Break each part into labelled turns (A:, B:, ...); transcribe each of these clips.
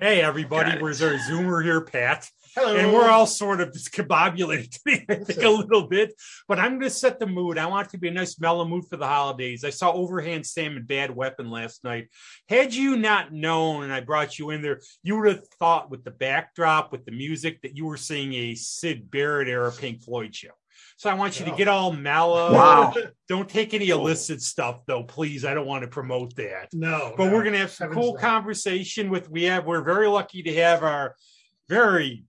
A: Hey, everybody,
B: Got it.
A: we're our Zoomer here, Pat,
B: Hello.
A: and we're all sort of discombobulated today, I think, a little bit. But I'm going to set the mood. I want it to be a nice mellow mood for the holidays. I saw Overhand Sam and Bad Weapon last night. Had you not known, and I brought you in there, you would have thought with the backdrop, with the music, that you were seeing a Sid Barrett era Pink Floyd show. So I want you to
B: Wow.
A: get all mellow.
C: Wow.
A: Don't take any illicit stuff, though, please. I don't want to promote that
B: No.
A: but
B: no.
A: we're gonna have some
B: Heavens
A: cool
B: no.
A: conversation with we have we're very lucky to have our very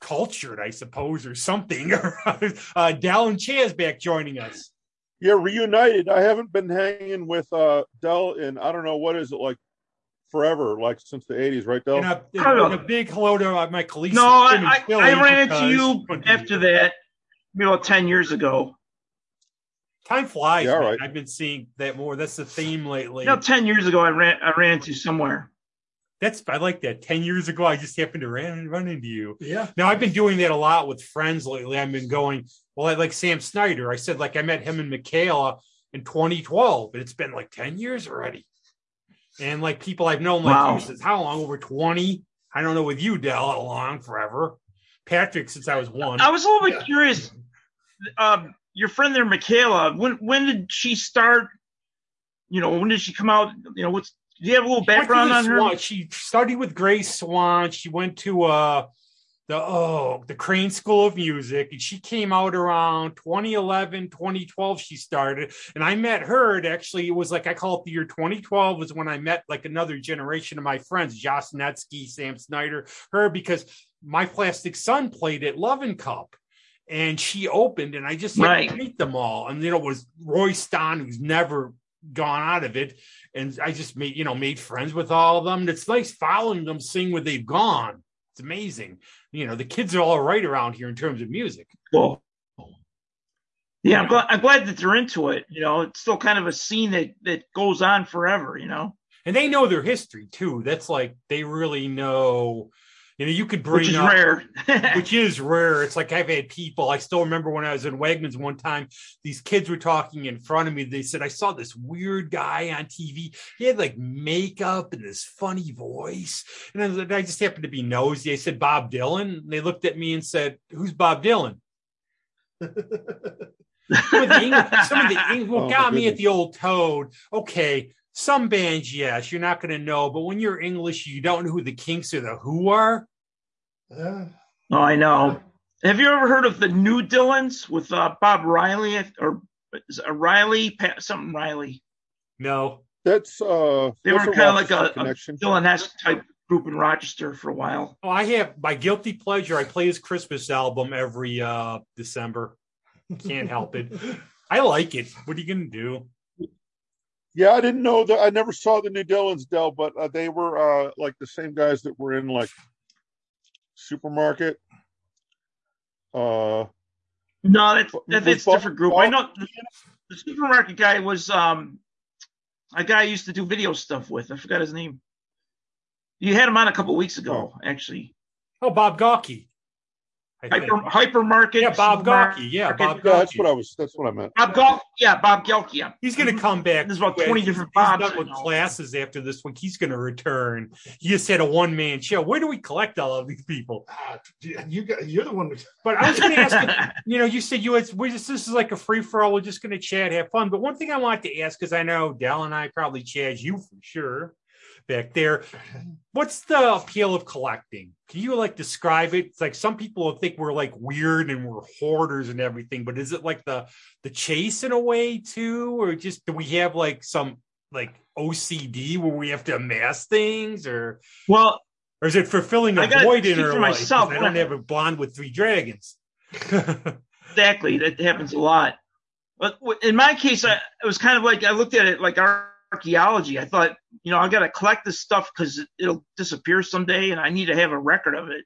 A: cultured i suppose or something uh dal and chaz back joining us
D: Yeah, reunited. I haven't been hanging with uh Dell in I don't know what is it like forever, like since the eighties, right, Dell?
A: and a, and
C: Hello.
A: a big hello to uh, my colleague
C: No, I, I, I ran into you after that, maybe about 10 years ago.
A: time flies
D: Yeah, all
A: man.
D: right.
A: i've been seeing that more that's the theme lately
C: No, 10 years ago, I ran I ran into you somewhere.
A: that's i like that 10 years ago i just happened to ran, run into you
B: Yeah.
A: Now I've been doing that a lot with friends lately. I've been going, well, I like Sam Snyder. I said like I met him and Michaela in 2012, and it's been like 10 years already. And like people I've known like
C: Wow.
A: you since how long? Over 20. I don't know with you, Dell, how long? Forever. Patrick, since I was one.
C: I was a little bit
B: Yeah.
C: curious. Um, your friend there, Michaela, when when did she start? You know, when did she come out? You know, what's do you have a little
A: She went to
C: background
A: the
C: on her?
A: Swan. She studied with Grace Swan. She went to uh the oh the Crane School of Music, and she came out around 2011, 2012. She started, and I met her. It actually it was like I call it the year 2012 was when I met like another generation of my friends, Josh Netsky, Sam Snyder, her because my plastic son played at Love and Cup. And she opened, and I just had to
C: Right.
A: meet them all. And you know, it was Roy Ston, who's never gone out of it, and I just made you know made friends with all of them. And it's nice following them, seeing where they've gone. It's amazing. You know, the kids are all right around here in terms of music.
C: Whoa. Yeah, I'm glad, I'm glad that they're into it. You know, it's still kind of a scene that that goes on forever. You know,
A: And they know their history too. That's like they really know, you know, you could bring
C: which is
A: up
C: rare.
A: which is rare. It's like I've had people. I still remember when I was in Wegmans one time, these kids were talking in front of me. They said, I saw this weird guy on TV. He had like makeup and this funny voice. And I, was like- I just happened to be nosy. I said, Bob Dylan. And they looked at me and said, Who's Bob Dylan? Some of the English, some of the English what
D: Oh, my
A: got me at
D: goodness.
A: the old toad. Okay, some bands, yes, you're not going to know, but when you're English, you don't know who the Kinks or the Who are.
B: Yeah.
C: oh, I know. Have you ever heard of the New Dylans with uh, Bob Riley or is it Riley Pa- something Riley?
A: No,
D: That's uh
C: They
D: that's
C: were
D: a
C: kinda like a-
D: Rochester
C: a-
D: connection.
C: Dylan-esque type group in Rochester for a while.
A: Oh, I have my guilty pleasure. I play his Christmas album every uh December. Can't help it. I like it. What are you gonna do?
D: yeah, I didn't know that I never saw the new Dillons Dell, but uh, they were uh like the same guys that were in like supermarket. Uh
C: No, that's
D: What-
C: that,
D: was
C: that's a
D: Bob-
C: different group. I know the, the supermarket guy was um a guy I used to do video stuff with. I forgot his name. You had him on a couple weeks ago, actually.
A: Oh, Bob Gawkey. I think.
C: Hyper, hypermarket.
A: Yeah, Bob
C: supermarket.
A: Gawkey. Yeah, Bob
C: Market-
D: yeah, that's what I
A: Gawkey.
D: was that's what I meant.
C: Bob Gall. Yeah, Bob Gelke. Yeah.
A: He's gonna come back.
C: There's about
A: to it.
C: 20 different
A: He's
C: Bobs
A: done
C: I
A: with
C: know.
A: classes after this week. He's gonna return. He just had a one man show. Where do we collect all of these people?
B: Ah, you got, you're the one. That,
A: But I was gonna ask you, you know, you said you had, we just, this is like a free for all. We're just going to chat, have fun. But one thing I wanted to ask, because I know Dell and I probably chat you for sure back there. What's the appeal of collecting? Can you like describe it? It's like some people will think we're like weird and we're hoarders and everything, but is it like the the chase in a way too, or just do we have like some like OCD where we have to amass things, or
C: Well,
A: or is it fulfilling
C: I
A: a
C: gotta
A: void in
C: speak
A: our
C: for
A: life? 'Cause
C: myself.
A: I don't have a blonde with three dragons.
C: exactly. That happens a lot. But w- in my case, I, it was kind of like I looked at it like ar- archaeology. I thought, you know, I got to collect this stuff because it, it'll disappear someday, and I need to have a record of it.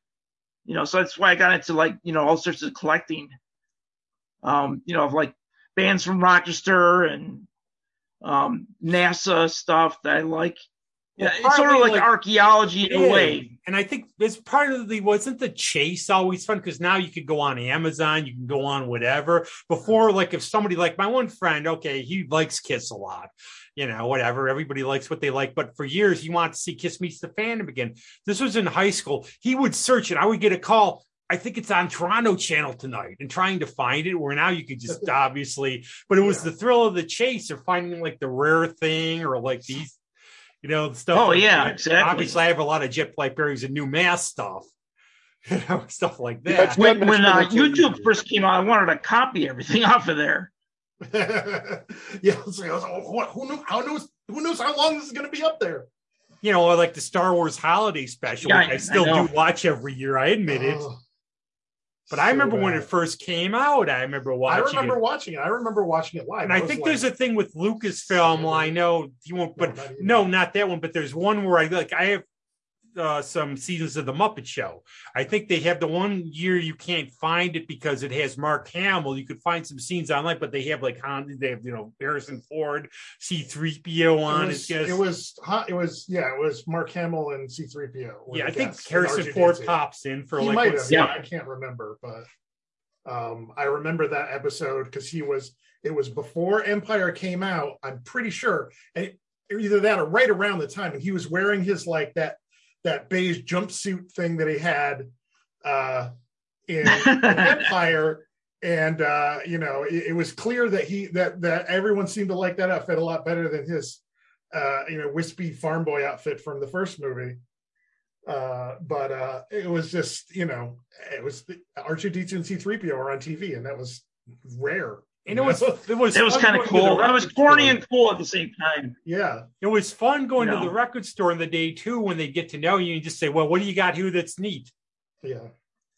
C: You know, so that's why I got into like you know all sorts of collecting. Um, you know, of like bands from Rochester and um, NASA stuff that I like.
A: Well,
C: Yeah, it's sort of
A: partly,
C: like,
A: like-
C: archaeology in a
A: Yeah.
C: way.
A: And I think it's part of the wasn't the chase always fun because now you could go on Amazon, you can go on whatever. Before, like if somebody like my one friend, okay, he likes Kiss a lot. you know, whatever. Everybody likes what they like. But for years, you want to see Kiss Meets the Fandom again. This was in high school. He would search it. I would get a call. I think it's on Toronto Channel tonight and trying to find it. Where now you could just obviously, but it was the thrill of the chase of finding like the rare thing or like these, you know, stuff.
C: Oh,
A: like
C: yeah,
A: that.
C: exactly.
A: Obviously, I have a lot of Jet Black Berries and new mass stuff, you know, stuff like
D: Yeah,
A: that.
D: it's-
C: When, when uh,
D: Goodness, goodness.
C: YouTube first came out, I wanted to copy everything off of there.
B: yeah, it's like, I was like, oh, what, who knew? How knows? Who knows how long this is going to be up there?
A: you know, like the Star Wars holiday special,
C: Yeah,
A: which
C: I-
A: I
C: I
A: still
C: know.
A: do watch every year. I admit it.
B: Oh,
A: But I
B: so
A: remember when
B: bad.
A: it first came out. I remember
B: I
A: watching
B: remember
A: it.
B: watching it. I remember watching it live.
A: And I
B: was
A: think
B: like, "Oh,
A: there's a thing with Lucasfilm. Well, I know you won't, but
B: not even-
A: no, not that one. But there's one where I like I have uh, some seasons of the Muppet Show. I think they have the one year you can't find it because it has Mark Hamill. You could find some scenes online, but they have like Han, they have you know Harrison Ford, C-3PO on.
B: It
A: it's
B: was,
A: just,
B: it was hot. It was yeah. It was Mark Hamill and C three PO.
A: yeah, I think Harrison Ford pops in for
B: he
A: like
B: might
A: one
B: have.
A: scene.
B: Yeah, I can't remember, but um, I remember that episode because he was. It was before Empire came out. I'm pretty sure, and it- either that or right around the time, and he was wearing his like that that beige jumpsuit thing that he had uh, in Empire. And uh, you know, it, it was clear that he that that everyone seemed to like that outfit a lot better than his uh, you know wispy farm boy outfit from the first movie. Uh, but uh, it was just you know it was R2D2 and C3PO are on TV, and that was rare.
A: And it was
B: You know?
A: it was
C: It was kind of
A: fun going to the
C: cool. That was
A: record
C: corny
A: store.
C: and cool at the same time.
B: yeah,
A: It was fun going
C: No.
A: to the record store on the day too when they get to know you and just say, "Well, what do you got here that's neat?"
B: yeah.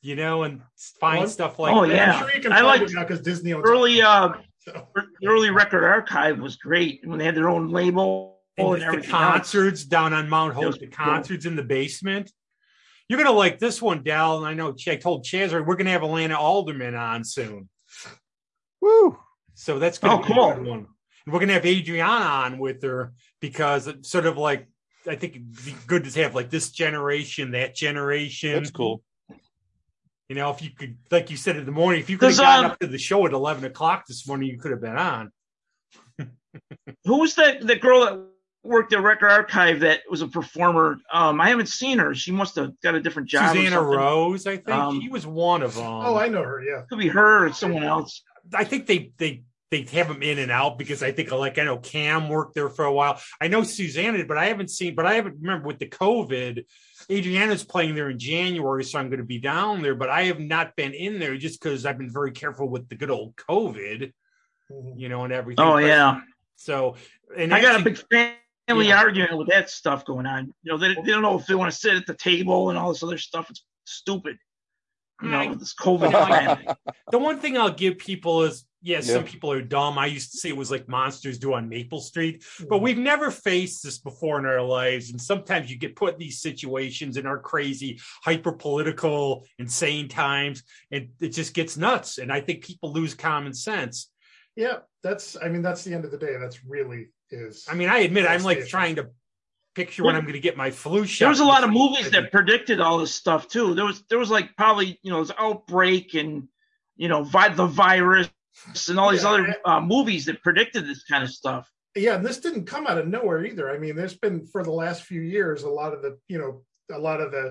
A: You know, and find
B: Well,
A: stuff like
C: oh,
A: that.
C: yeah.
B: I'm sure you can
C: I
B: find
C: liked
B: it now because Disney owns it.
C: Early, uh,
B: So,
C: the early record archive was great when they had their own label Oh,
A: And just
C: and,
A: the
C: everything. else.
A: concerts down on Mount
C: That was
A: Hope, the
C: cool.
A: concerts in the basement. You're gonna like this one, Dal. And I know Ch- I told Chaz right, we're gonna have Alana Alderman on soon,
D: Woo!
A: so that's gonna
C: Oh,
A: be
C: cool.
A: a good one. And we're gonna have Adriana on with her because it's sort of like I think it'd be good to have like this generation, that generation.
D: That's cool.
A: You know, if you could, like you said in the morning, if you could have
C: Does,
A: gotten
C: um,
A: up to the show at 11 o'clock this morning, you could have been on.
C: Who was that? The girl that worked at Record Archive that was a performer. Um, I haven't seen her. She must have got a different job. or
A: Susanna
C: something.
A: Rose, I think.
C: Um,
A: she was one of them.
B: oh,
A: I,
B: I know her. Yeah,
C: Could be her or someone else.
A: think they, they, they have them in and out because I think, like, I know Cam worked there for a while. I know Susanna, did, but I haven't seen, but I haven't remember with the COVID, Adriana's playing there in January, so I'm going to be down there, but I have not been in there just because I've been very careful with the good old COVID,
B: Mhm.
A: you know, and everything.
C: Oh
A: But-
C: yeah,
A: So, and
C: I got a
A: actually-
C: big family
A: Yeah.
C: argument with that stuff going on. You know, they, they don't know if they want to sit at the table and all this other stuff. It's stupid. You know, with this COVID. plan.
A: the one thing I'll give people is yes,
D: Yeah.
A: some people are dumb. I used to say it was like monsters do on Maple Street, but we've never faced this before in our lives. And sometimes you get put in these situations in our crazy, hyper political, insane times, and it just gets nuts. And I think people lose common sense.
B: yeah. That's I mean that's the end of the day. That's really is.
A: I mean, I admit I'm
B: That's the
A: like
B: issue.
A: trying to picture when I'm going to get my flu shot.
C: There was a lot of movies that predicted all this stuff too. There was there was like probably you know this outbreak and you know vi- the virus and all these
B: Yeah.
C: other uh, movies that predicted this kind of stuff.
B: yeah and this didn't come out of nowhere either i mean there's been for the last few years a lot of the you know a lot of the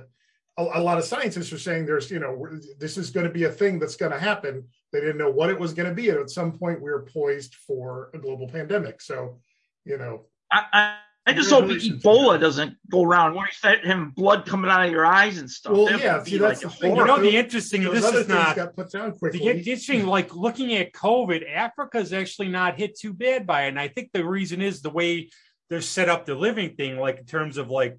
B: a, a lot of scientists are saying there's you know we're- this is going to be a thing that's going to happen they didn't know what it was going to be and at some point we were poised for a global pandemic so you know
C: I I, I just hope
B: Congratulations.
C: Ebola doesn't go around where you start having blood coming out of your eyes and stuff.
B: Well,
C: That would
B: yeah,
C: be
B: see, that's
C: like
B: the
C: a
B: thing.
A: You
C: horror.
A: know, the interesting.
B: those
A: This
B: other
A: is
B: things
A: not
B: got put down
A: The
B: quickly
A: interesting, like looking at COVID, Africa's actually not hit too bad by it. And I think the reason is the way they're set up their living thing, like in terms of like,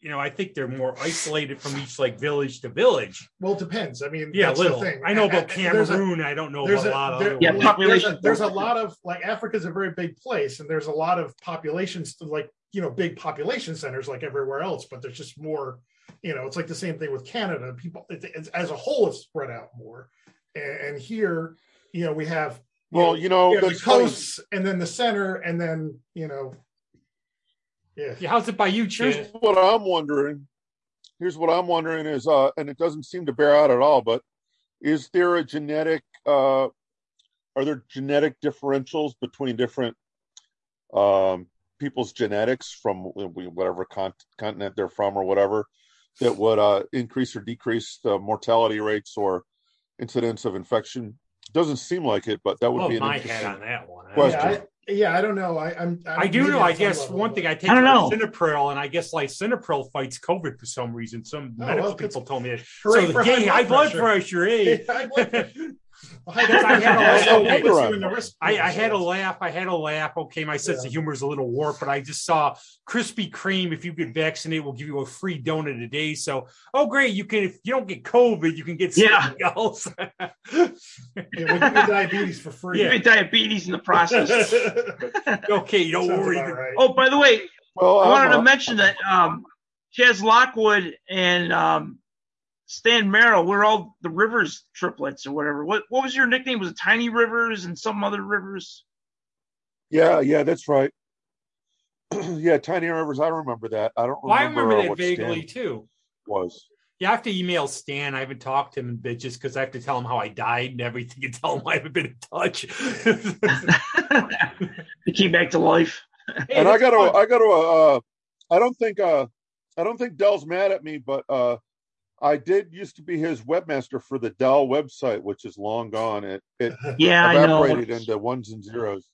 A: you know, I think they're more isolated from each like village to village.
B: well it depends i mean
A: Yeah,
B: that's
A: little.
B: The thing.
A: I know about
B: And- and there's a-
A: Cameroon. I don't know
B: there's
A: about a, lot of
B: there-
A: other ones.
C: Yeah,
B: like, there's, a,
C: population-
B: there's a lot of like Africa's a very big place, and there's a lot of populations like you know big population centers like everywhere else, but there's just more. You know, it's like the same thing with Canada. People it, it's, as a whole, it's spread out more, and, and here, you know, we have you
D: Well,
B: know,
D: you know,
B: we have
D: that's
B: the
D: funny.
B: coasts, and then the center, and then you know, yeah,
A: Yeah, how's it by you, Chip?
D: Here's what I'm wondering. Here's what I'm wondering is, uh, and it doesn't seem to bear out at all, but is there a genetic, uh, are there genetic differentials between different um, people's genetics from whatever con- continent they're from or whatever that would uh, increase or decrease the mortality rates or incidence of infection. Doesn't seem like it, but that would
A: Above
D: be an
A: Oh, my head on
D: interesting.
A: that one. I-
D: question.
B: Yeah, I, yeah, I don't know. I, I'm.
A: I do
B: maybe
A: know. I
B: I'm talking
A: guess
B: about
A: one
B: it.
A: thing I take
C: I don't know.
A: Cinepril, and I guess like Cinepril fights COVID for some reason. Some
B: Oh,
A: medical
B: well, it's-
A: people told me that.
B: Hooray
A: so
B: for
A: yay, high blood pressure. Hey,
B: Yeah,
A: Because I had
B: high blood pressure. High blood
A: a laugh.
B: pressure also puts you in the risk
A: I, I had a
B: pool,
A: laugh. I had a laugh. Okay, my sense
B: Yeah.
A: of humor is a little warped, but I just saw Krispy Kreme. If you get vaccinated, we'll give you a free donut a day. So, oh great, you can. If you don't get COVID, you can get
C: Yeah.
A: something else.
B: so- Yeah, we give you diabetes for free.
C: You get diabetes in the process.
A: okay, don't
B: Sounds
A: worry.
B: about right.
C: oh, by the way,
D: Well,
C: I wanted to
D: I'm, uh,
C: mention that um, Chaz Lockwood and um, Stan Merrill we're all the Rivers triplets or whatever. What what was your nickname? Was it Tiny Rivers and some other Rivers?
D: yeah, yeah, that's right. yeah, Tiny Rivers. I remember that. I don't remember,
A: Well, I remember
D: uh,
A: that
D: what Stan
A: vaguely too.
D: was.
A: You have to email Stan. I haven't talked to him in bit just because I have to tell him how I died and everything and tell him I haven't been in touch. Hey,
C: they came back to life.
D: and I
A: that's
D: gotta,
A: fun.
D: I gotta, uh, I don't think, uh, I don't think Dell's mad at me, but uh, I did used to be his webmaster for the Dell website, which is long gone. It it
C: Yeah, I know.
D: evaporated into ones and zeros.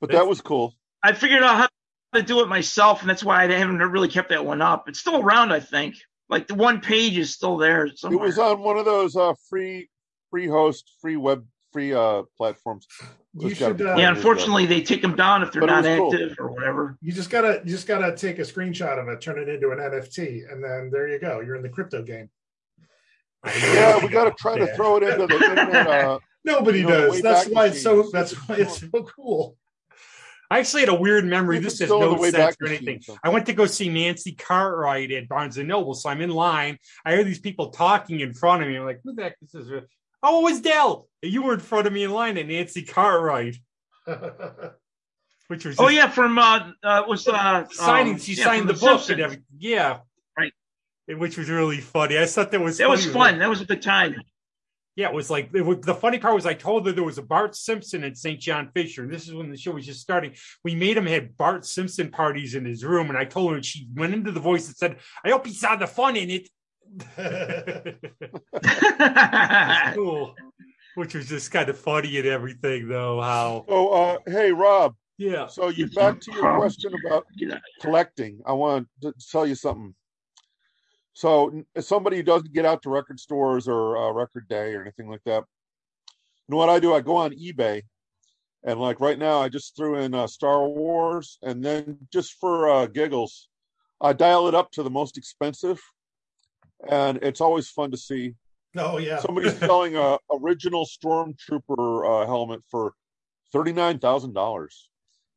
D: But
A: That's-
D: that was cool.
C: I figured out how to do it myself, and that's why I haven't really kept that one up. It's still around, I think. Like the one page is still there
D: It
C: somewhere.
D: was on one of those uh, free, free host, free web, free uh, platforms.
B: You
D: It's gotta
B: should,
D: be
B: uh,
D: twenty
C: yeah,
D: years ago.
C: unfortunately, they take them down if they're
D: But it
C: not
D: was cool.
C: active or whatever.
B: You just gotta, you just gotta take a screenshot of it, turn it into an NFT, and then there you go. You're in the crypto game.
D: Yeah, we gotta try to throw it into the internet. Uh,
B: Nobody
D: You know, the
B: does.
D: way
B: That's
D: back
B: why it's so.
D: machine.
B: That's why it's so cool.
A: I actually had a weird memory.
D: You
A: This
D: can
A: has
D: still
A: no
D: the way
A: sense
D: back
A: or
D: machine
A: anything.
D: sometimes.
A: I went to go see Nancy Cartwright at Barnes and Noble, so I'm in line. I hear these people talking in front of me. I'm like, "Who the heck is this?" Oh, it was Dell. You were in front of me in line at Nancy Cartwright, which was
C: Oh
A: just
C: yeah, from uh, uh was uh
A: signing.
C: um,
A: she
C: yeah, from
A: signed the, book
C: Simpsons.
A: and everything. Yeah,
C: Right.
A: And Which was really funny. I thought that was
C: That was
A: funny.
C: fun. That was a good time.
A: Yeah, it was like it was, the funny part was I told her there was a Bart Simpson at St. John Fisher. This is when the show was just starting. We made him have Bart Simpson parties in his room, and I told her and she went into the voice and said, "I hope he saw the fun in it." It's cool, which was just kind of funny and everything, though. How?
D: so, uh, hey Rob,
A: Yeah,
D: so you back to your question about collecting. I want to tell you something. So, n- as somebody who doesn't get out to record stores or uh, record day or anything like that, you know what I do? I go on eBay, and like right now, I just threw in uh, Star Wars, and then just for uh, giggles, I dial it up to the most expensive, and it's always fun to see
B: oh yeah.
D: somebody's selling a original stormtrooper uh, helmet for thirty nine thousand dollars,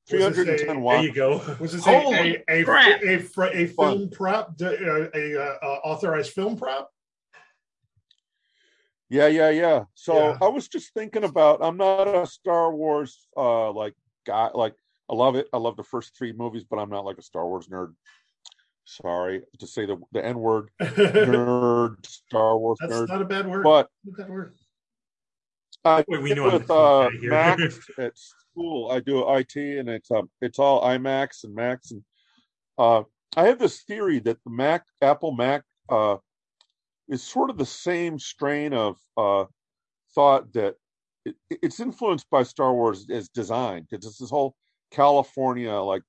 D: three hundred and ten
A: there
D: watts.
A: you go.
B: Was this
C: Holy
B: a, a, a,
C: crap.
B: a, fr- a
D: Fun.
B: film prop, d- uh, a, uh, uh, authorized film prop?
D: Yeah, yeah, yeah. So
B: Yeah.
D: I was just thinking about I'm not a Star Wars uh like guy like I love it. I love the first three movies, but I'm not like a Star Wars nerd. Sorry to say the the N word
B: That's
D: nerd, Star Wars nerd.
B: not a bad word.
D: But
B: Not a bad word.
D: I
A: Wait, we
D: did
A: know I'm
D: with uh,
A: out of here.
D: Mac at school. I do IT, and it's um, it's all IMAX and Max, and uh, I have this theory that the Mac, Apple Mac, uh, is sort of the same strain of uh, thought that it, it's influenced by Star Wars as design, because it's this whole California like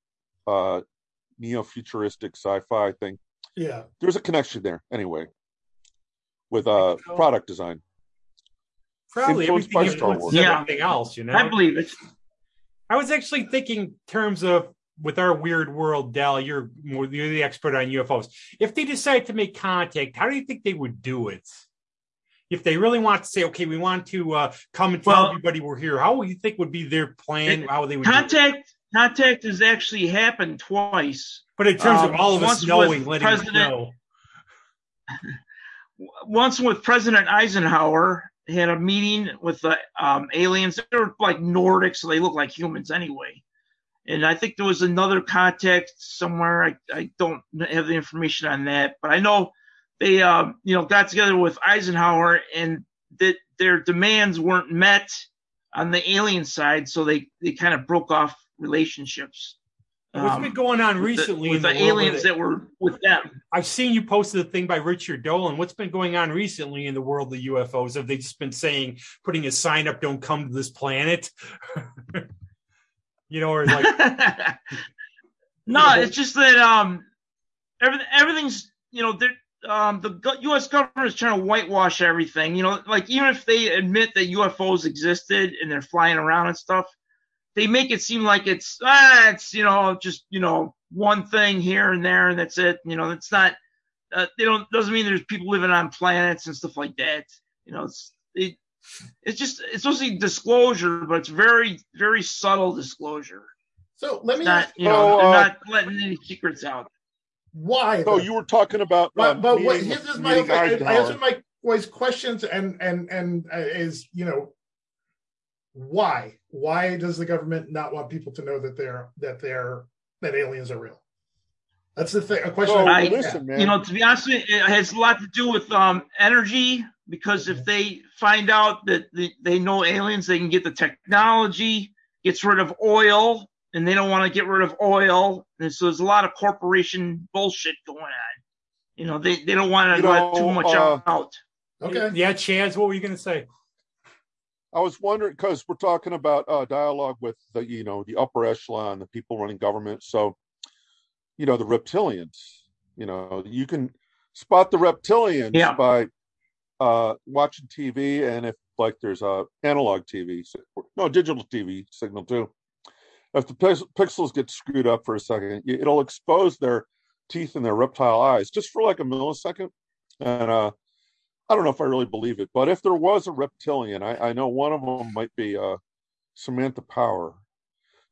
D: uh, neo-futuristic sci-fi thing
B: Yeah.
D: there's a connection there anyway with uh
A: so.
D: product design
A: Probably
D: Influenced by
A: everything,
D: Star
A: influences
D: Wars.
C: Yeah.
A: everything else, you know.
C: I believe it.
A: I was actually thinking in terms of with our weird world, Dell, you're more you're the expert on UFOs. If they decide to make contact, how do you think they would do it? If they really want to say, okay, we want to uh, come and tell
C: Well-
A: everybody we're here, how would you think would be their plan?
C: It-
A: how they would do it?
C: Contact contact has actually happened twice.
A: But in terms of
C: um,
A: all of us
C: once with
A: knowing, letting us
C: President-
A: know,
C: W- Once with President Eisenhower had a meeting with the um, aliens. They were like Nordic, so they look like humans anyway. And I think there was another contact somewhere. I, I don't have the information on that, but I know they um, you know got together with Eisenhower and that their demands weren't met on the alien side, so they they kind of broke off relationships.
A: What's
C: um,
A: been going on
C: with the-
A: recently
C: with
A: in the
C: the,
A: world of
C: aliens
A: it?
C: that were with them?
A: I've seen you posted a thing by Richard Dolan. What's been going on recently in the world of UFOs? Have they just been saying, putting a sign up, "Don't come to this planet"? you know, or like,
C: no, it's just that um, everything everything's you know they're. Um, the go- U.S. government is trying to whitewash everything. You know, like even if they admit that UFOs existed and they're flying around and stuff, they make it seem like it's ah, it's you know just you know one thing here and there and that's it. You know, it's not. Uh, they don't doesn't mean there's people living on planets and stuff like that. You know, it's it, it's just it's mostly disclosure, but it's very very subtle disclosure.
B: So let me
C: Not
B: ask
C: you know
D: So,
C: they're
D: uh,
C: not letting any secrets out.
B: why.
D: So
B: the-
D: you were talking about. uh,
B: but, but what
D: meeting-
B: his is my
D: meeting
B: I, I
D: Eisenhower.
B: answered my boys questions and and and uh, is you know why why does the government not want people to know that they're that they're that aliens are real that's the thing a question
D: So,
B: I-
D: listen, man.
C: You know, to be honest, with you, it has a lot to do with um, energy because if they find out that they, they know aliens, they can get the technology, gets rid of oil, and they don't want to get rid of oil, and so there's a lot of corporation bullshit going on. You know, they, they don't want
D: You
C: to let
D: know,
C: too much
D: uh,
C: out.
B: okay
A: yeah, Chaz, what were you going to say?
D: I was wondering because we're talking about uh, dialogue with the you know the upper echelon, the people running government. So, you know the reptilians. You know you can spot the reptilians
C: Yeah.
D: by uh, watching TV and if like there's a analog TV, si- no digital TV signal too. If the pix- pixels get screwed up for a second, y- it'll expose their teeth and their reptile eyes just for like a millisecond. And uh, I don't know if I really believe it, but if there was a reptilian, I, I know one of them might be uh, Samantha Power.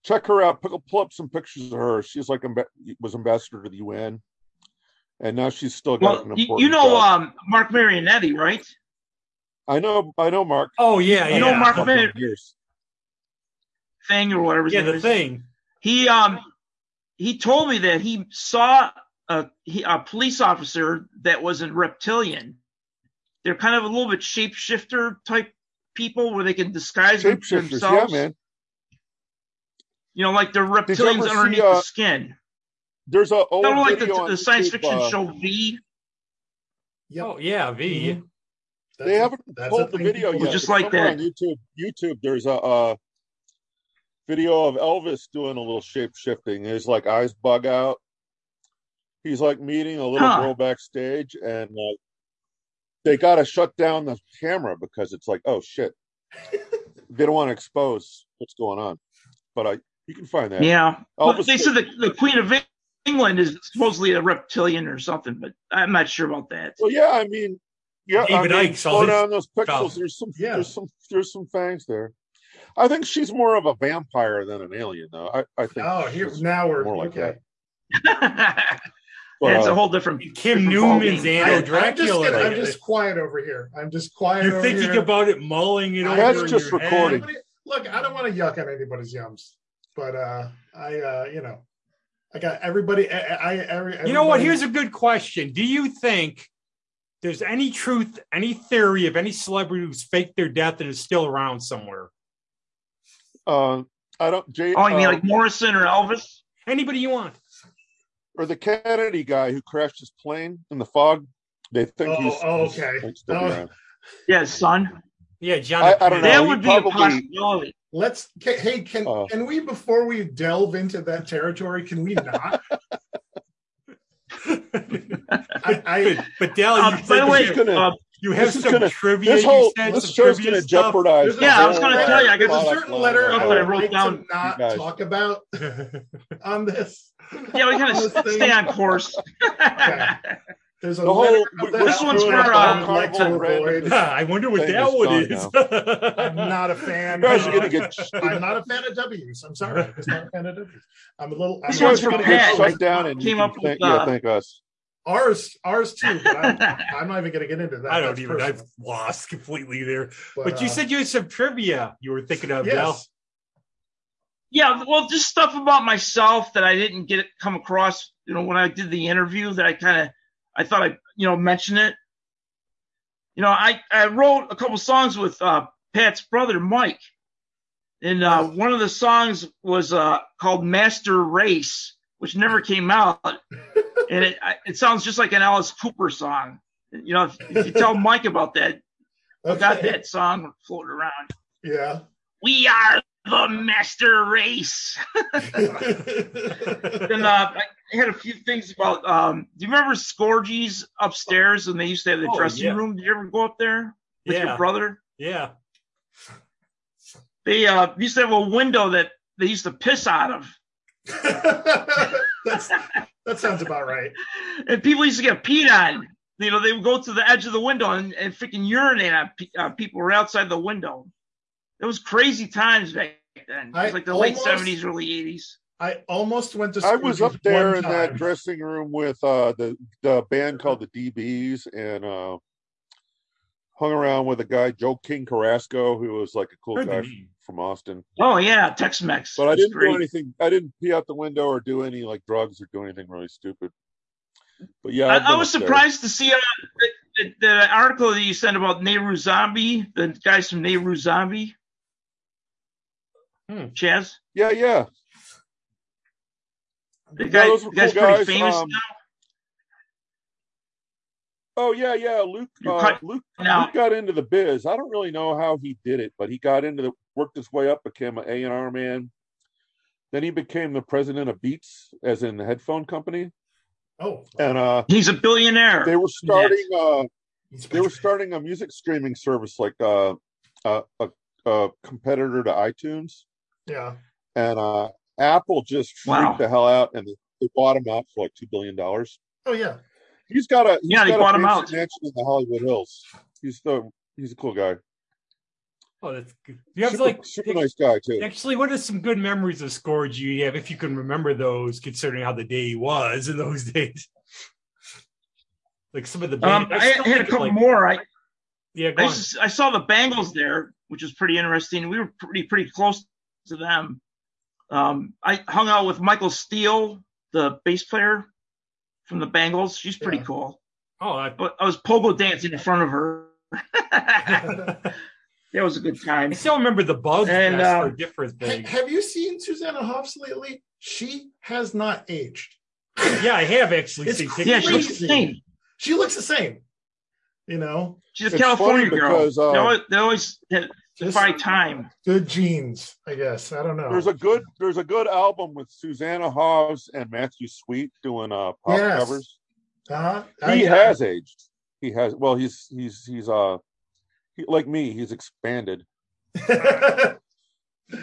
D: Check her out. Pick, pull up some pictures of her. She's like amb- was ambassador to the UN, and now she's still got
C: Well,
D: an
C: you,
D: important.
C: you know
D: job.
C: um, Mark Marionetti, right?
D: I know, I know, Mark.
A: Oh yeah,
C: You
A: yeah.
C: know Mark Mar-
D: Years.
C: Thing or whatever. his
A: yeah,
C: name
A: the
C: is.
A: thing.
C: he um he told me that he saw a he, a police officer that was a reptilian. They're kind of a little bit shapeshifter type people where they can disguise them-
D: Shapeshifters, yeah,
C: themselves.
D: man.
C: You know, like they're
D: Did you ever
C: reptilians
D: see,
C: underneath
D: uh,
C: the skin.
D: There's a old
C: Kind of like the,
D: video on
C: the science
D: YouTube,
C: fiction
D: uh,
C: show V,
B: yep
A: Oh yeah, V.
B: Mhm. That's
D: They
B: a-
D: haven't
B: that's a
D: pulled the
B: thing
D: video
B: people
D: yet.
C: Just
D: but
C: like
D: somewhere
C: that.
D: on YouTube. YouTube, there's a, uh video of Elvis doing a little shape shifting. His like eyes bug out. He's like meeting a little
C: Huh.
D: girl backstage, and like they got to shut down the camera because it's like, oh shit, they don't want to expose what's going on. But I, you can find that.
C: Yeah. But
D: Elvis
C: they said the, the Queen of England is supposedly a reptilian or something, but I'm not sure about that.
D: Well, yeah, I mean, yeah,
A: David
D: I mean,
A: Icke, all
D: slow
A: his
D: down those pixels.
A: stuff.
D: There's some,
B: Yeah.
D: there's some, there's some fangs there. I think she's more of a vampire than an alien, though. I, I think.
B: oh here
D: she's-
B: now we're
D: more like
B: okay
D: but,
C: That's
D: uh,
C: a whole different
A: Kim
C: different
A: Newman's
C: ballgame.
A: Anno
B: I'm just,
A: Dracula.
B: kidding. I'm just quiet over here. I'm just quiet
A: You're
B: over
A: thinking
B: here.
A: about it, mulling it over.
D: That's
A: in
D: just
A: your head.
D: recording.
B: Anybody- Look, I don't want to yuck on anybody's yums, but uh, I, uh, you know, I got everybody. I, I every,
A: You know what?
B: everybody-
A: Here's a good question. Do you think there's any truth, any theory of any celebrity who's faked their death and is still around somewhere?
D: uh, I don't. Jay,
C: Oh, you mean
D: uh,
C: like Morrison or Elvis?
A: Anybody you want?
D: or the Kennedy guy who crashed his plane in the fog? They think
B: Oh,
D: he's
B: oh,
D: he's,
B: okay.
D: like, still
B: Oh.
D: around.
C: Yes, son.
A: Yeah, John.
D: I- I don't know.
C: That
D: he
C: would be
D: probably-
C: a possibility.
B: Let's ca- hey, can
D: Oh.
B: can we before we delve into that territory? Can we not? I, I
A: But, but Dell, Oh, you,
C: Uh, by
A: said
C: the
A: you
C: way,
A: have-
D: gonna-
C: uh,
A: you have
D: this is
A: some
D: gonna-
A: trivia.
D: This whole
A: you said
D: this
A: some
D: show's
A: trivia
D: going to
A: stuff.
D: jeopardize.
B: There's
D: the
C: a- Yeah, I was
D: whole
C: gonna tell you, I got
B: there's a
D: product
B: certain
D: line
B: letter
D: right
C: Stuff
B: I
C: that
D: now.
C: I
B: would
C: wrote
B: like to
C: down.
B: not
D: You guys.
B: talk about on this.
C: yeah, we kind
B: This
C: of
B: thing.
C: stay on course.
B: Yeah. There's a
D: The
B: letter
D: whole-
B: of
D: we're
B: that
C: This one's
B: I
C: for,
B: would
C: uh,
B: like to
D: Carnival Red.
B: avoid.
A: I wonder what
D: Thing
A: that
D: is
A: one
D: gone
A: is.
B: I'm not a fan.
D: You guys are
B: of-
D: going to get
B: I'm not a fan of W's. I'm sorry. I'm just not a fan of W's. I'm a little. I'm
C: This
B: a
C: one's
B: little
C: for
D: gonna
B: bit-
C: Pat,
D: get
C: like,
D: shut down and you
C: came
D: can
C: up with,
D: thank, yeah,
C: uh,
D: thank us.
B: Ours, ours too. But I'm, I'm not even going to get into that.
A: I don't
B: That's
A: even. I've
B: personal.
A: lost completely there. But, you
B: uh,
A: said you had some trivia you were thinking of, Dell.
B: yes.
C: yeah, well, just stuff about myself that I didn't get come across. You know, when I did the interview, that I kind of, I thought I, you know, mention it. You know, I I wrote a couple songs with uh, Pat's brother Mike, And uh, one of the songs was uh, called Master Race, which never came out. and it, I- it sounds just like an Alice Cooper song. You know, if, if you tell Mike about that, I got
B: Okay.
C: that song floating around.
B: Yeah.
C: We are the master race. then uh, I had a few things about. Um, do you remember Scorgies upstairs when they used to have the
A: Oh,
C: dressing
A: yeah.
C: room? Did you ever go up there with your
A: Yeah.
C: brother?
A: Yeah.
C: They uh, used to have a window that they used to piss out of,
B: That's, that sounds about right.
C: and people used to get peed on. You know, they would go to the edge of the window and, and freaking urinate on pe- uh, people who were outside the window. It was crazy times back then. It
B: I
C: was like the late
B: almost-
C: seventies, early eighties.
B: I almost went to.
D: I was up
B: Scrooge's
D: there
B: one
D: in
B: time.
D: that dressing room with uh, the the band called the DBs and uh, hung around with a guy Joe King Carrasco who was like a cool
A: Heard the
D: guy
A: name.
D: from Austin.
C: Oh yeah, Tex Mex.
D: But I didn't do anything. I didn't pee out the window or do any like drugs or do anything really stupid. But yeah, I've
C: I, I
D: been
C: was
D: up there.
C: surprised to see uh, the, the, the article that you sent about Nehru Zombie, the guys from Nehru Zombie.
A: Hmm.
C: Chaz,
D: Yeah, yeah.
C: the guy,
D: those were
C: the guy's
D: cool
C: pretty
D: guys,
C: famous
D: um,
C: now.
D: Oh yeah, yeah. Luke,
C: You
D: uh,
C: cut-
D: Luke,
C: Now-
D: Luke got into the biz. I don't really know how he did it, but he got into the worked his way up, became an A and R man. Then he became the president of Beats, as in the headphone company.
B: Oh,
D: And uh,
C: He's a billionaire.
D: they were starting. Uh,
B: he's
D: they were starting a music streaming service, like uh, uh, a, a competitor to iTunes.
B: Yeah.
D: And uh, Apple just freaked
C: Wow.
D: the hell out, and they bought him out for like two billion dollars.
B: Oh yeah.
D: He's got a he's
C: Yeah, they
D: got
C: bought
D: a
C: him
D: big
C: out.
D: mansion in the Hollywood Hills. He's the he's a cool guy.
A: Oh, that's good. You have
D: super,
A: like
D: super nice guy too.
A: actually what are some good memories of Scourge you have if you can remember those, considering how the day was in those days? Like some of the
C: um,
A: bands.
C: I
A: still
C: had a
A: think of,
C: couple
A: like-
C: more. I,
A: Yeah, go
C: I,
A: on.
C: used to- I saw the Bengals there, which was pretty interesting. We were pretty pretty close to them. Um, I hung out with Michael Steele, the bass player from the Bengals. She's pretty
B: Yeah.
C: cool.
A: Oh, I-
C: But I was pogo dancing in front of her. that was a good
A: I
C: time.
A: still remember the bugs
C: And,
A: and,
C: uh,
A: for different
B: Hey,
A: things.
B: have you seen Susanna Hoffs lately? She has not aged.
A: Yeah, I have actually
B: It's
A: seen
B: crazy.
C: Yeah, she looks
B: Crazy.
C: insane.
B: She looks the same. You know,
C: She's a
D: It's
C: California
D: funny
C: girl.
D: because, uh,
C: they always, they always had
B: just
C: defy time.
B: good genes. I guess I don't know.
D: There's a good there's a good album with Susanna Hobbs and Matthew Sweet doing uh pop
B: Yes.
D: covers.
B: uh-huh.
D: He
B: I-
D: has aged. He has well he's he's he's uh he, like me, he's expanded.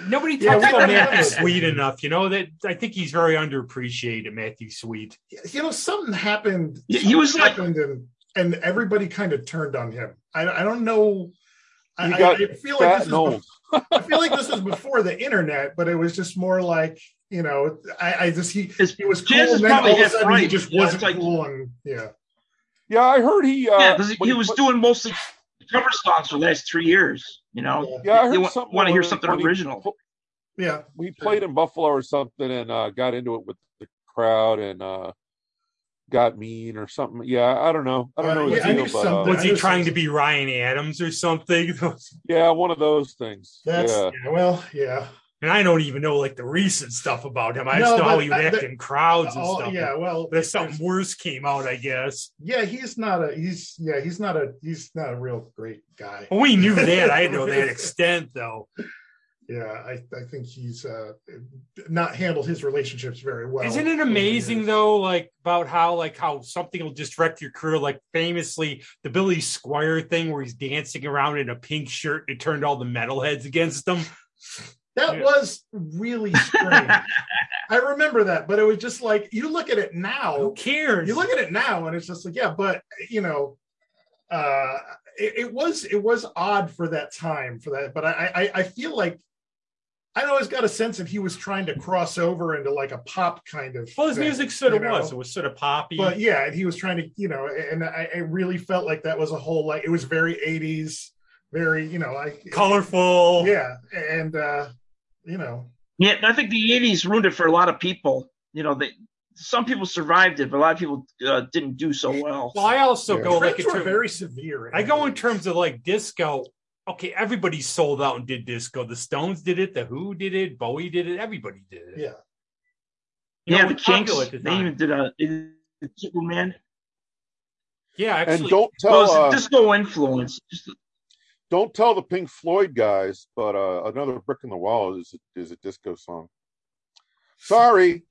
A: Nobody
B: Yeah,
A: talks
B: we
A: about
B: don't have
A: Matthew
B: those.
A: Sweet enough. You know that I think he's very underappreciated, Matthew Sweet.
B: you know, something happened.
C: Yeah, he was
B: something
C: like-
B: happened and, and everybody kind of turned on him. I, I don't know. I,
D: He got
B: I- I feel like
D: Fat
B: this is
D: and old.
B: I feel like this was before the internet, but it was just more like you know, I, I just he
C: It's-
B: he was cool,
C: Jazz is
B: and then
C: probably
B: all of a
C: half
B: sudden he
C: right.
B: just
C: You know, it's
B: wasn't
C: like-
B: cool, and yeah,
D: Yeah, I heard he uh
C: Yeah, because he,
D: when
C: he was
D: put-
C: doing mostly cover songs for the last three years. You know,
D: yeah, I heard
C: they wa-
D: something
C: want to hear
D: where
C: something
D: when he
C: original.
D: put-
B: yeah,
D: we played in Buffalo or something and uh, got into it with the crowd and uh, got mean or something. Yeah, I don't know. I don't
B: Uh,
D: know his
B: yeah, I
D: deal,
B: knew
D: but uh,
B: something.
A: Was he
B: I was-
A: trying to be Ryan Adams or something?
D: yeah, one of those things.
B: that's
D: yeah.
B: yeah. well, yeah,
A: And I don't even know like the recent stuff about him. I
B: No,
A: just know how
B: but
A: he
B: I-
A: would act
B: the-
A: in crowds and
B: All-
A: stuff.
B: yeah, well,
A: But if something worse came out, I guess.
B: yeah, he's not a he's yeah he's not a he's not a real great guy.
A: Well, we knew that. I didn't know that extent though.
B: Yeah, I I think he's uh not handled his relationships very well.
A: Isn't it
B: over the
A: amazing
B: years.
A: though, like about how like how something will just wreck your career? Like famously the Billy Squire thing where he's dancing around in a pink shirt and it turned all the metalheads against him.
B: That
A: Yeah.
B: was really strange. I remember that, but it was just like you look at it now.
A: Who cares?
B: you look at it now and it's just like yeah but you know uh it, it was it was odd for that time for that but i i, I feel like i always got a sense that he was trying to cross over into like a pop kind of
A: well, his
B: thing,
A: music sort
B: you
A: of was.
B: know?
A: It was sort of poppy.
B: but yeah and he was trying to you know and i, I really felt like that was a whole like it was very 80s very you know like
A: colorful.
B: yeah and uh you know
C: Yeah, I think the '80s ruined it for a lot of people. You know, they some people survived it, but a lot of people uh, didn't do so well.
A: Well, I also
D: Yeah.
A: go like
B: trends
A: in
B: were
A: term-
B: very severe
A: I go in terms of like disco. okay, everybody sold out and did disco. The Stones did it. The Who did it. Bowie did it. Everybody did it.
B: Yeah.
A: You know,
C: yeah,
A: it
C: the
A: was popular
C: Kinks.
A: at the
C: they
A: time.
C: even did a Superman.
A: Yeah,
D: and
A: actually,
D: don't
C: Well,
D: tell
C: it's
D: uh,
C: just no influence. Just,
D: don't tell the Pink Floyd guys, but uh, another brick in the wall is is a disco song. Sorry,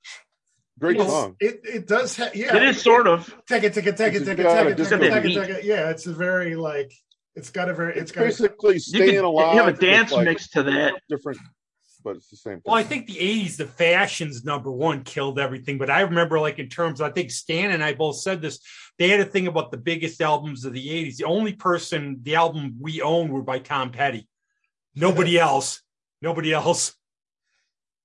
D: great
B: Well,
D: song.
B: It it does have yeah.
C: It is sort of.
B: Take it, take it, take it,
D: It's
B: take it,
D: got a
B: take it, take it,
D: disco
B: take it,
C: beat.
B: take it. Yeah, it's a very like it's got a very it's
D: It's
B: got a,
D: basically
C: You
D: staying
C: could
D: alive.
C: have a
D: with,
C: dance
D: like,
C: mix to that.
D: different, but it's the same thing.
A: Well, I think the '80s, the fashions number one killed everything. But I remember, like in terms, I think Stan and I both said this. They had a thing about the biggest albums of the '80s. The only person the album we owned were by Tom Petty. Nobody else. Nobody else.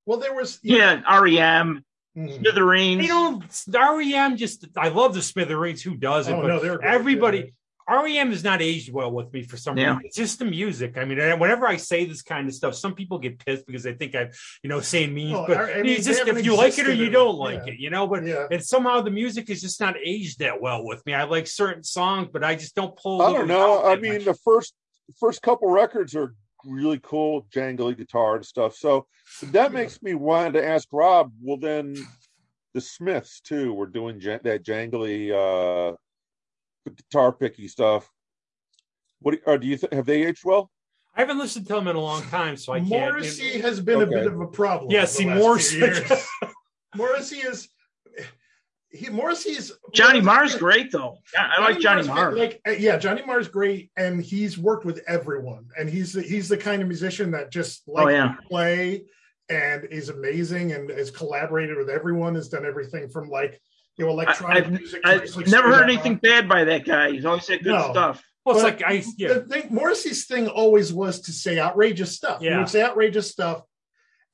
B: well there was
C: Yeah, E REM,
B: Mhm.
C: Smithereens.
A: You know, REM just. I love the Smithereens. Who doesn't?
B: Oh,
A: but
B: no, they're great.
A: everybody. REM has not aged well with me for some
C: Yeah.
A: reason. It's just the music. I mean, I- whenever I say this kind of stuff, some people get pissed because they think I'm, you know, saying mean.
B: Well,
A: but
B: I- I mean,
A: it's just
B: they
A: if you
B: haven't
A: like it or
B: existed
A: you
B: in-
A: don't like
B: yeah.
A: it, you know. But
B: yeah.
A: and somehow the music is just not aged that well with me. I like certain songs, but I just don't pull.
D: I don't
A: those
D: know.
A: out
D: I
A: that
D: mean,
A: much.
D: the first first couple records are really cool, jangly guitar and stuff. So that makes me want to ask Rob. Well, then the Smiths too were doing jan- that jangly uh, guitar picky stuff. What do, or do you th- have they aged well?
A: I haven't listened to them in a long time, so I can't.
B: Morrissey has been
D: Okay.
B: a bit of a problem.
A: Yeah,
B: the
A: see,
B: last
A: Morrissey-
B: few years. Morrissey is he Morrissey is
C: Johnny Marr's great though. Yeah, I like Johnny
B: Marr's
C: Marr.
B: been- Like uh, yeah, Johnny Marr's great, and he's worked with everyone, and he's the, he's the kind of musician that just likes
C: Oh, yeah.
B: to play, and is amazing, and has collaborated with everyone, has done everything from like you know electronic
C: I've-
B: music. to
C: I've
B: just, like,
C: never
B: straight
C: heard
B: rock.
C: anything bad by that guy. He's always said good
B: No.
C: stuff.
A: Well, it's
B: But
A: like I yeah.
B: The thing Morrissey's thing always was to say outrageous stuff. He
A: Yeah.
B: would say outrageous stuff,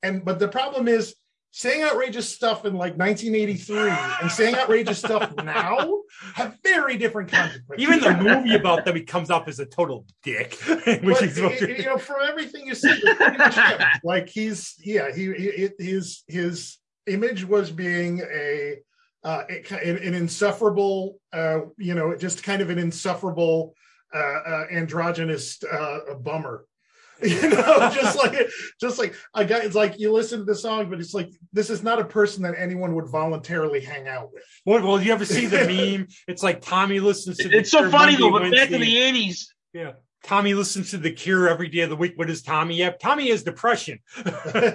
B: and but the problem is saying outrageous stuff in like 1983 and saying outrageous stuff now have very different consequences.
A: Even the movie about them, he comes up as a total dick. which
B: but,
A: is
B: y- y- you know, from everything you see, it's pretty much him. like he's yeah, he, he it- his his image was being a uh, it, ki- an, an insufferable, uh, you know, just kind of an insufferable uh, uh, androgynous uh, bummer. You know, just like just like a guy. It's like you listen to the song, but it's like this is not a person that anyone would voluntarily hang out with.
A: Well, well, you ever see the meme? It's like Tommy listens to. The
C: It's so
A: Cure
C: funny though.
A: Monday,
C: But back in
A: Wednesday.
C: the eighties,
A: yeah. Tommy listens to The Cure every day of the week. What does Tommy have? Tommy has depression.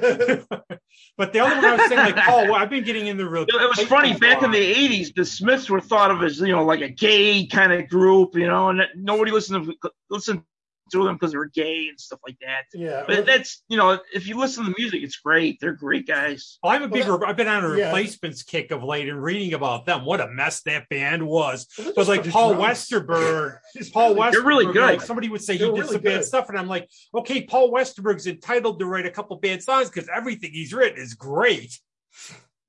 A: but the other one I was saying, like, oh, well, I've been getting in the real.
C: it was funny. Back in the eighties, the Smiths were thought of as you know like a gay kind of group, you know, and that- nobody listened to listened to them because they were gay and stuff like that.
B: Yeah,
C: But that's you know, if you listen to the music, it's great. They're great guys.
A: Well, I'm a big.
B: Well,
A: I've been on a
B: yeah.
A: replacements kick of late and reading about them. What a mess that band was.
B: Well,
A: But like
B: just
A: Paul
B: drums.
A: Westerberg,
B: Just
A: Paul
B: really-
A: Westerberg.
C: They're really good.
A: Like somebody would say he
B: They're
A: did
B: really
A: some bad
B: good.
A: stuff, and I'm like, okay, Paul Westerberg's entitled to write a couple bad songs because everything he's written is great.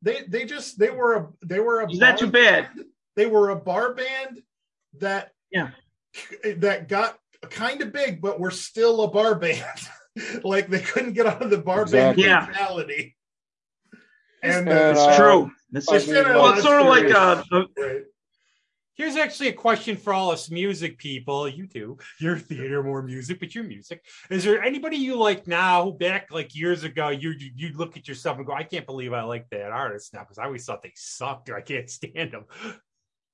B: They they just they were a they were a
C: Is that
B: bar
C: too bad?
B: band. They were a bar band that
C: Yeah.
B: that got kind of big, but were still a bar band. like they couldn't get out of the bar
D: Exactly.
C: Yeah.
B: band mentality. And
D: And,
B: uh,
D: uh,
C: It's true. That's
D: I
B: It's
D: mean,
B: been a-
C: well, it's sort of like
D: serious.
C: uh, the-
B: right.
A: Here's actually a question for all us music people. You do. Your theater, more music, but your music. Is there anybody you like now who back like years ago you you, you look at yourself and go, I can't believe I like that artist now because I always thought they sucked or I can't stand them.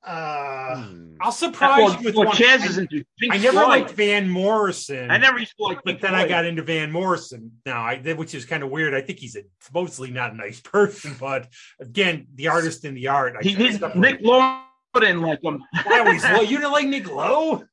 B: uh,
D: Hmm.
A: I'll surprise
C: well,
A: you with
C: well
A: one.
C: Chaz
A: I-
C: is into Pink
A: I, never
C: Floyd.
A: liked Van Morrison.
C: I never used to like
A: but
C: Pink
A: then I
C: Floyd.
A: got into Van Morrison now, I, which is kind of weird. I think he's a, supposedly not a nice person, but again, the artist in the art. I
C: He,
A: can't
C: he,
A: separate.
C: Nick Lowe didn't like him.
A: I always well, you didn't like Nick Lowe.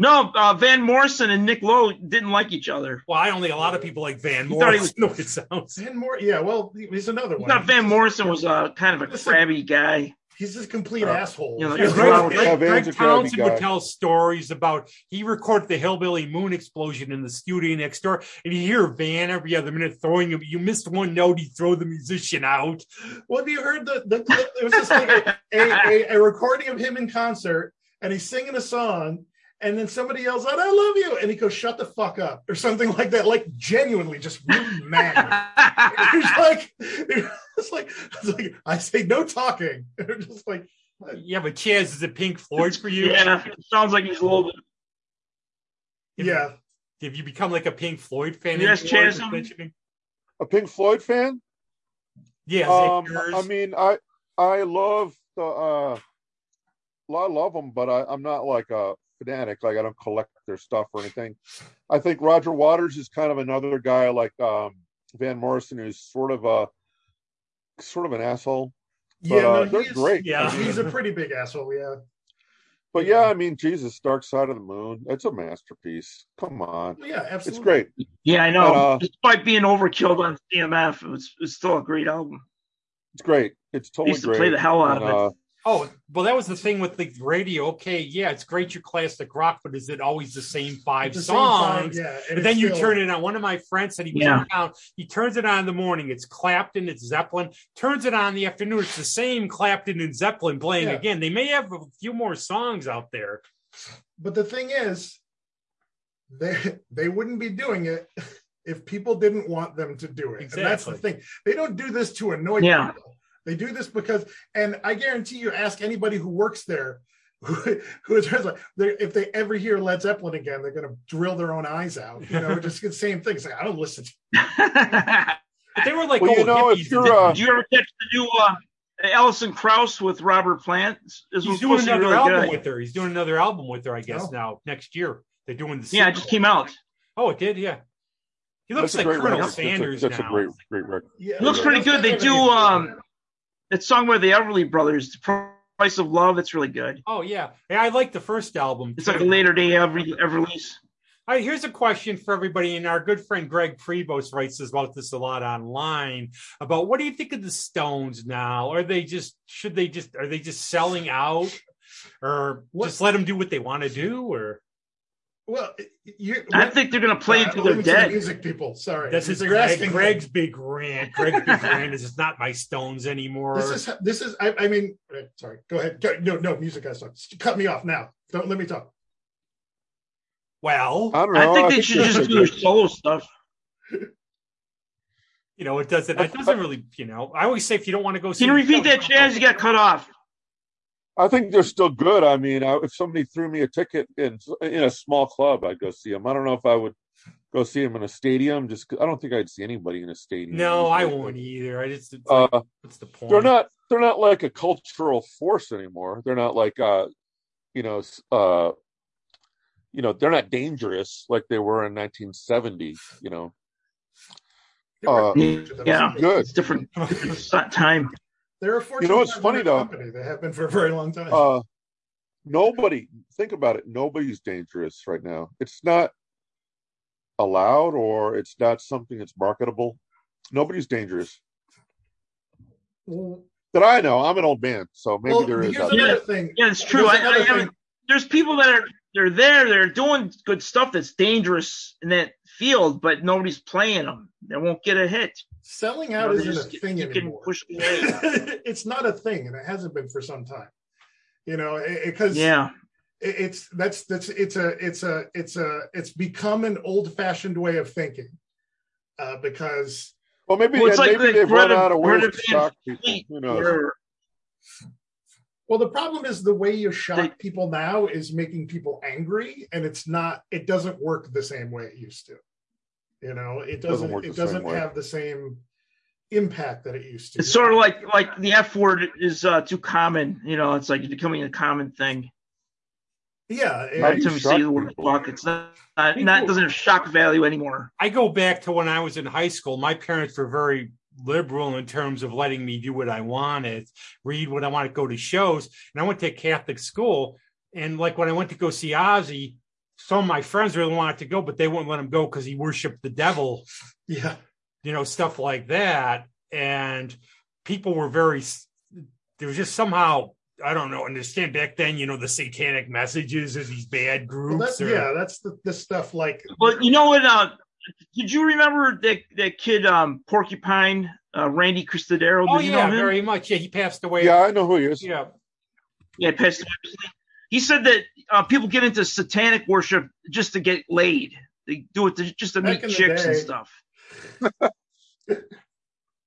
C: No, uh, Van Morrison and Nick Lowe didn't like each other.
A: Well, I only a lot of people like Van
C: You thought he
A: Morrison.
C: was-
A: know what it sounds.
B: Van Mor- yeah, well, he- he's another
C: I
B: one.
C: thought Van Morrison was uh, kind of a
B: Listen.
C: crabby guy.
B: He's just a complete
C: Uh,
B: asshole.
C: you know,
A: Yeah,
C: Nick Lowe.
A: Greg,
D: Yeah,
A: Greg,
D: Van's a
A: Greg
D: crabby
A: Townsend
D: guy.
A: would tell stories about he recorded the hillbilly moon explosion in the studio next door, and you hear Van every other minute throwing him. You missed one note, he'd throw the musician out.
B: well, have you heard the, the, the there was this thing, a, a, a recording of him in concert, and he's singing a song, and then somebody yells out, "I love you," and he goes, "Shut the fuck up," or something like that. Like genuinely, just really mad. it's like it's like it's like I say no talking. They're just like
A: Yeah, but Chaz is a Pink Floyd for you.
C: yeah, sounds like he's a little bit.
A: If-
B: yeah.
A: If you become like a Pink Floyd fan,
C: Yes,
A: anymore,
C: Chaz,
A: is
C: um,
A: that what you mean?
D: A Pink Floyd fan?
A: Yeah, is that
D: Um,
A: yours?
D: I mean, I I love the uh, I love them, but I, I'm not like a fanatic. Like I don't collect their stuff or anything. I think Roger Waters is kind of another guy like um, Van Morrison, who's sort of a sort of an asshole. But,
B: Yeah,
D: uh,
B: no,
D: they're
B: he's-
D: great.
A: yeah.
B: He's a pretty big asshole, yeah.
D: But yeah, I mean, Jesus, Dark Side of the Moon. It's a masterpiece. Come on,
B: Yeah, absolutely.
D: it's great.
C: Yeah, I know.
D: And, uh,
C: Despite being overkilled on CMF, it was, it's still a great album.
D: It's great. It's
C: I
D: totally
C: used to play
D: great.
C: the hell out
D: And,
C: of it.
D: uh,
A: Oh, well, that was the thing with the radio. Okay, yeah, it's great your classic rock, but is it always the same five
B: At the same
A: songs?
B: time, yeah.
A: But then you turn it on. One of my friends said he
C: Yeah.
A: turned it on. He turns it on in the morning. It's Clapton. It's Zeppelin. Turns it on in the afternoon. It's the same Clapton and Zeppelin playing
B: Yeah.
A: again. They may have a few more songs out there.
B: But the thing is, they they wouldn't be doing it if people didn't want them to do it. And that's the
A: Exactly.
B: thing. They don't do this to annoy
C: Yeah.
B: people. They do this because, and I guarantee you, ask anybody who works there, who, who is like, they're- if they ever hear Led Zeppelin again, they're going to drill their own eyes out. You know, just the same thing. It's like I don't listen. to
D: uh,
A: But they were like,
D: Well,
A: oh,
D: you know, if
A: hippies
D: you're,
A: and-
D: uh,
C: Did you ever catch the new uh, Allison Krauss with Robert Plant? This
A: he's
C: was
A: doing
C: supposed to be
A: another
C: really
A: album
C: good.
A: with her. He's doing another album with her, I guess.
B: Oh.
A: Now next year they're doing the
C: Yeah, it
A: sequel.
C: just came out.
A: Oh, it did. Yeah, he looks
D: that's a
A: like
D: great
A: Colonel
D: record. That's a-
A: Sanders
D: That's a
A: now.
D: great, great record.
B: Yeah,
D: It looks
C: pretty good. They do, um, That song by the Everly Brothers, The Price of Love, it's really good.
A: Oh yeah, yeah. I like the first album.
C: It's like a
A: too.
C: later day every Everly's.
A: All right, here's a question for everybody. And our good friend Greg Prevost writes us about this a lot online about what do you think of the Stones now? Are they just, should they just, are they just selling out or
B: What-
A: just let them do what they want to do? Or
B: well, you,
C: I think they're gonna play
B: I
C: until they're
B: listen to
C: dead.
B: Music people, sorry.
A: that's his
B: You're
A: Greg,
B: asking-
A: Greg's big rant. Greg's big rant is it's not my Stones anymore.
B: This is this is. I, I mean, uh, sorry. Go ahead. Go, no, no, music guys, talk. Cut me off now. Don't let me talk.
A: well,
D: I don't know.
C: I think they should
D: they
C: just do their solo stuff.
A: you know, it doesn't, it doesn't really, you know, I always say if you don't want to go see
C: Can you
A: the
C: repeat that,
A: Stones,
C: Chaz? You got cut off.
D: I think they're still good. I mean, I, if somebody threw me a ticket in in a small club, I'd go see them. I don't know if I would go see them in a stadium. Just 'cause- I don't think I'd see anybody in a stadium.
A: No, I
D: usually.
A: won't either. I just, it's like,
D: Uh,
A: what's the point?
D: they're not. They're not like a cultural force anymore. They're not like, uh, you know, s- uh, you know, they're not dangerous like they were in 1970. You know,
B: They were
D: Uh,
B: fortunate
C: yeah.
B: enough to-
D: good.
C: It's different it's not time.
B: They're a fortunate.
D: You know what's
B: enough
D: funny, though?
B: Company. They have been for a very long time.
D: uh nobody think about it nobody's dangerous right now it's not allowed or it's not something that's marketable nobody's dangerous
B: well,
D: that i know i'm an old man so maybe there
B: here's
D: is out
B: another
D: there.
C: there.
B: thing.
C: Yeah, it's true. I,
B: Here's another
C: I haven't
B: thing.
C: there's people that are they're there, they're doing good stuff that's dangerous in that field, but nobody's playing them. They won't get a hit.
B: Selling
C: You
B: out
C: know, they
B: isn't
C: just
B: a
C: get-
B: thing
C: keep getting
B: anymore.
C: pushed away.
B: it's not a thing, and it hasn't been for some time. You know, because
C: yeah,
B: it- it's that's that's it's a it's a it's a it's become an old fashioned way of thinking uh because
D: well maybe,
C: Well, it's like
D: maybe
C: the
D: they've run
C: Greta-
D: out of ways
C: Greta
D: to
C: Van
D: shock people
C: Fleet
D: who knows
C: or
B: well the problem is the way you shock
C: They-
B: people now is making people angry and it's not it doesn't work the same way it used to you know it doesn't,
D: Doesn't work
B: it
D: the same
B: doesn't
D: way.
B: have the same impact that it used to
C: it's sort of like like the F word is uh, too common. You know, it's like it's becoming a common thing.
B: yeah it-
D: How
C: By
D: do
C: the
D: you
C: time you
D: shock
C: say the word
D: people?
C: fuck, it's not, not, not it doesn't have shock value anymore.
A: I go back to when I was in high school. My parents were very liberal in terms of letting me do what I wanted, read what I wanted, go to shows. And I went to a Catholic school. And like when I went to go see Ozzy, some of my friends really wanted to go, but they wouldn't let him go because he worshiped the devil,
B: yeah
A: you know, stuff like that. And people were very, there was just somehow, I don't know, understand back then, you know, the satanic messages or these bad
B: well,
A: groups.
B: that's,
A: or,
B: yeah that's the, the stuff like
C: But you know what? Uh, did you remember that that kid um, Porcupine uh, Randy Cristadero? Did
A: Oh,
C: you
A: yeah,
C: know him?
A: very much. Yeah, he passed away.
D: yeah i know who he is
A: Yeah.
C: Yeah, Pastor. Wesley. He said that uh, people get into satanic worship just to get laid. They do it to, just to
B: Back
C: meet
B: in the
C: chicks and
B: day.
C: stuff.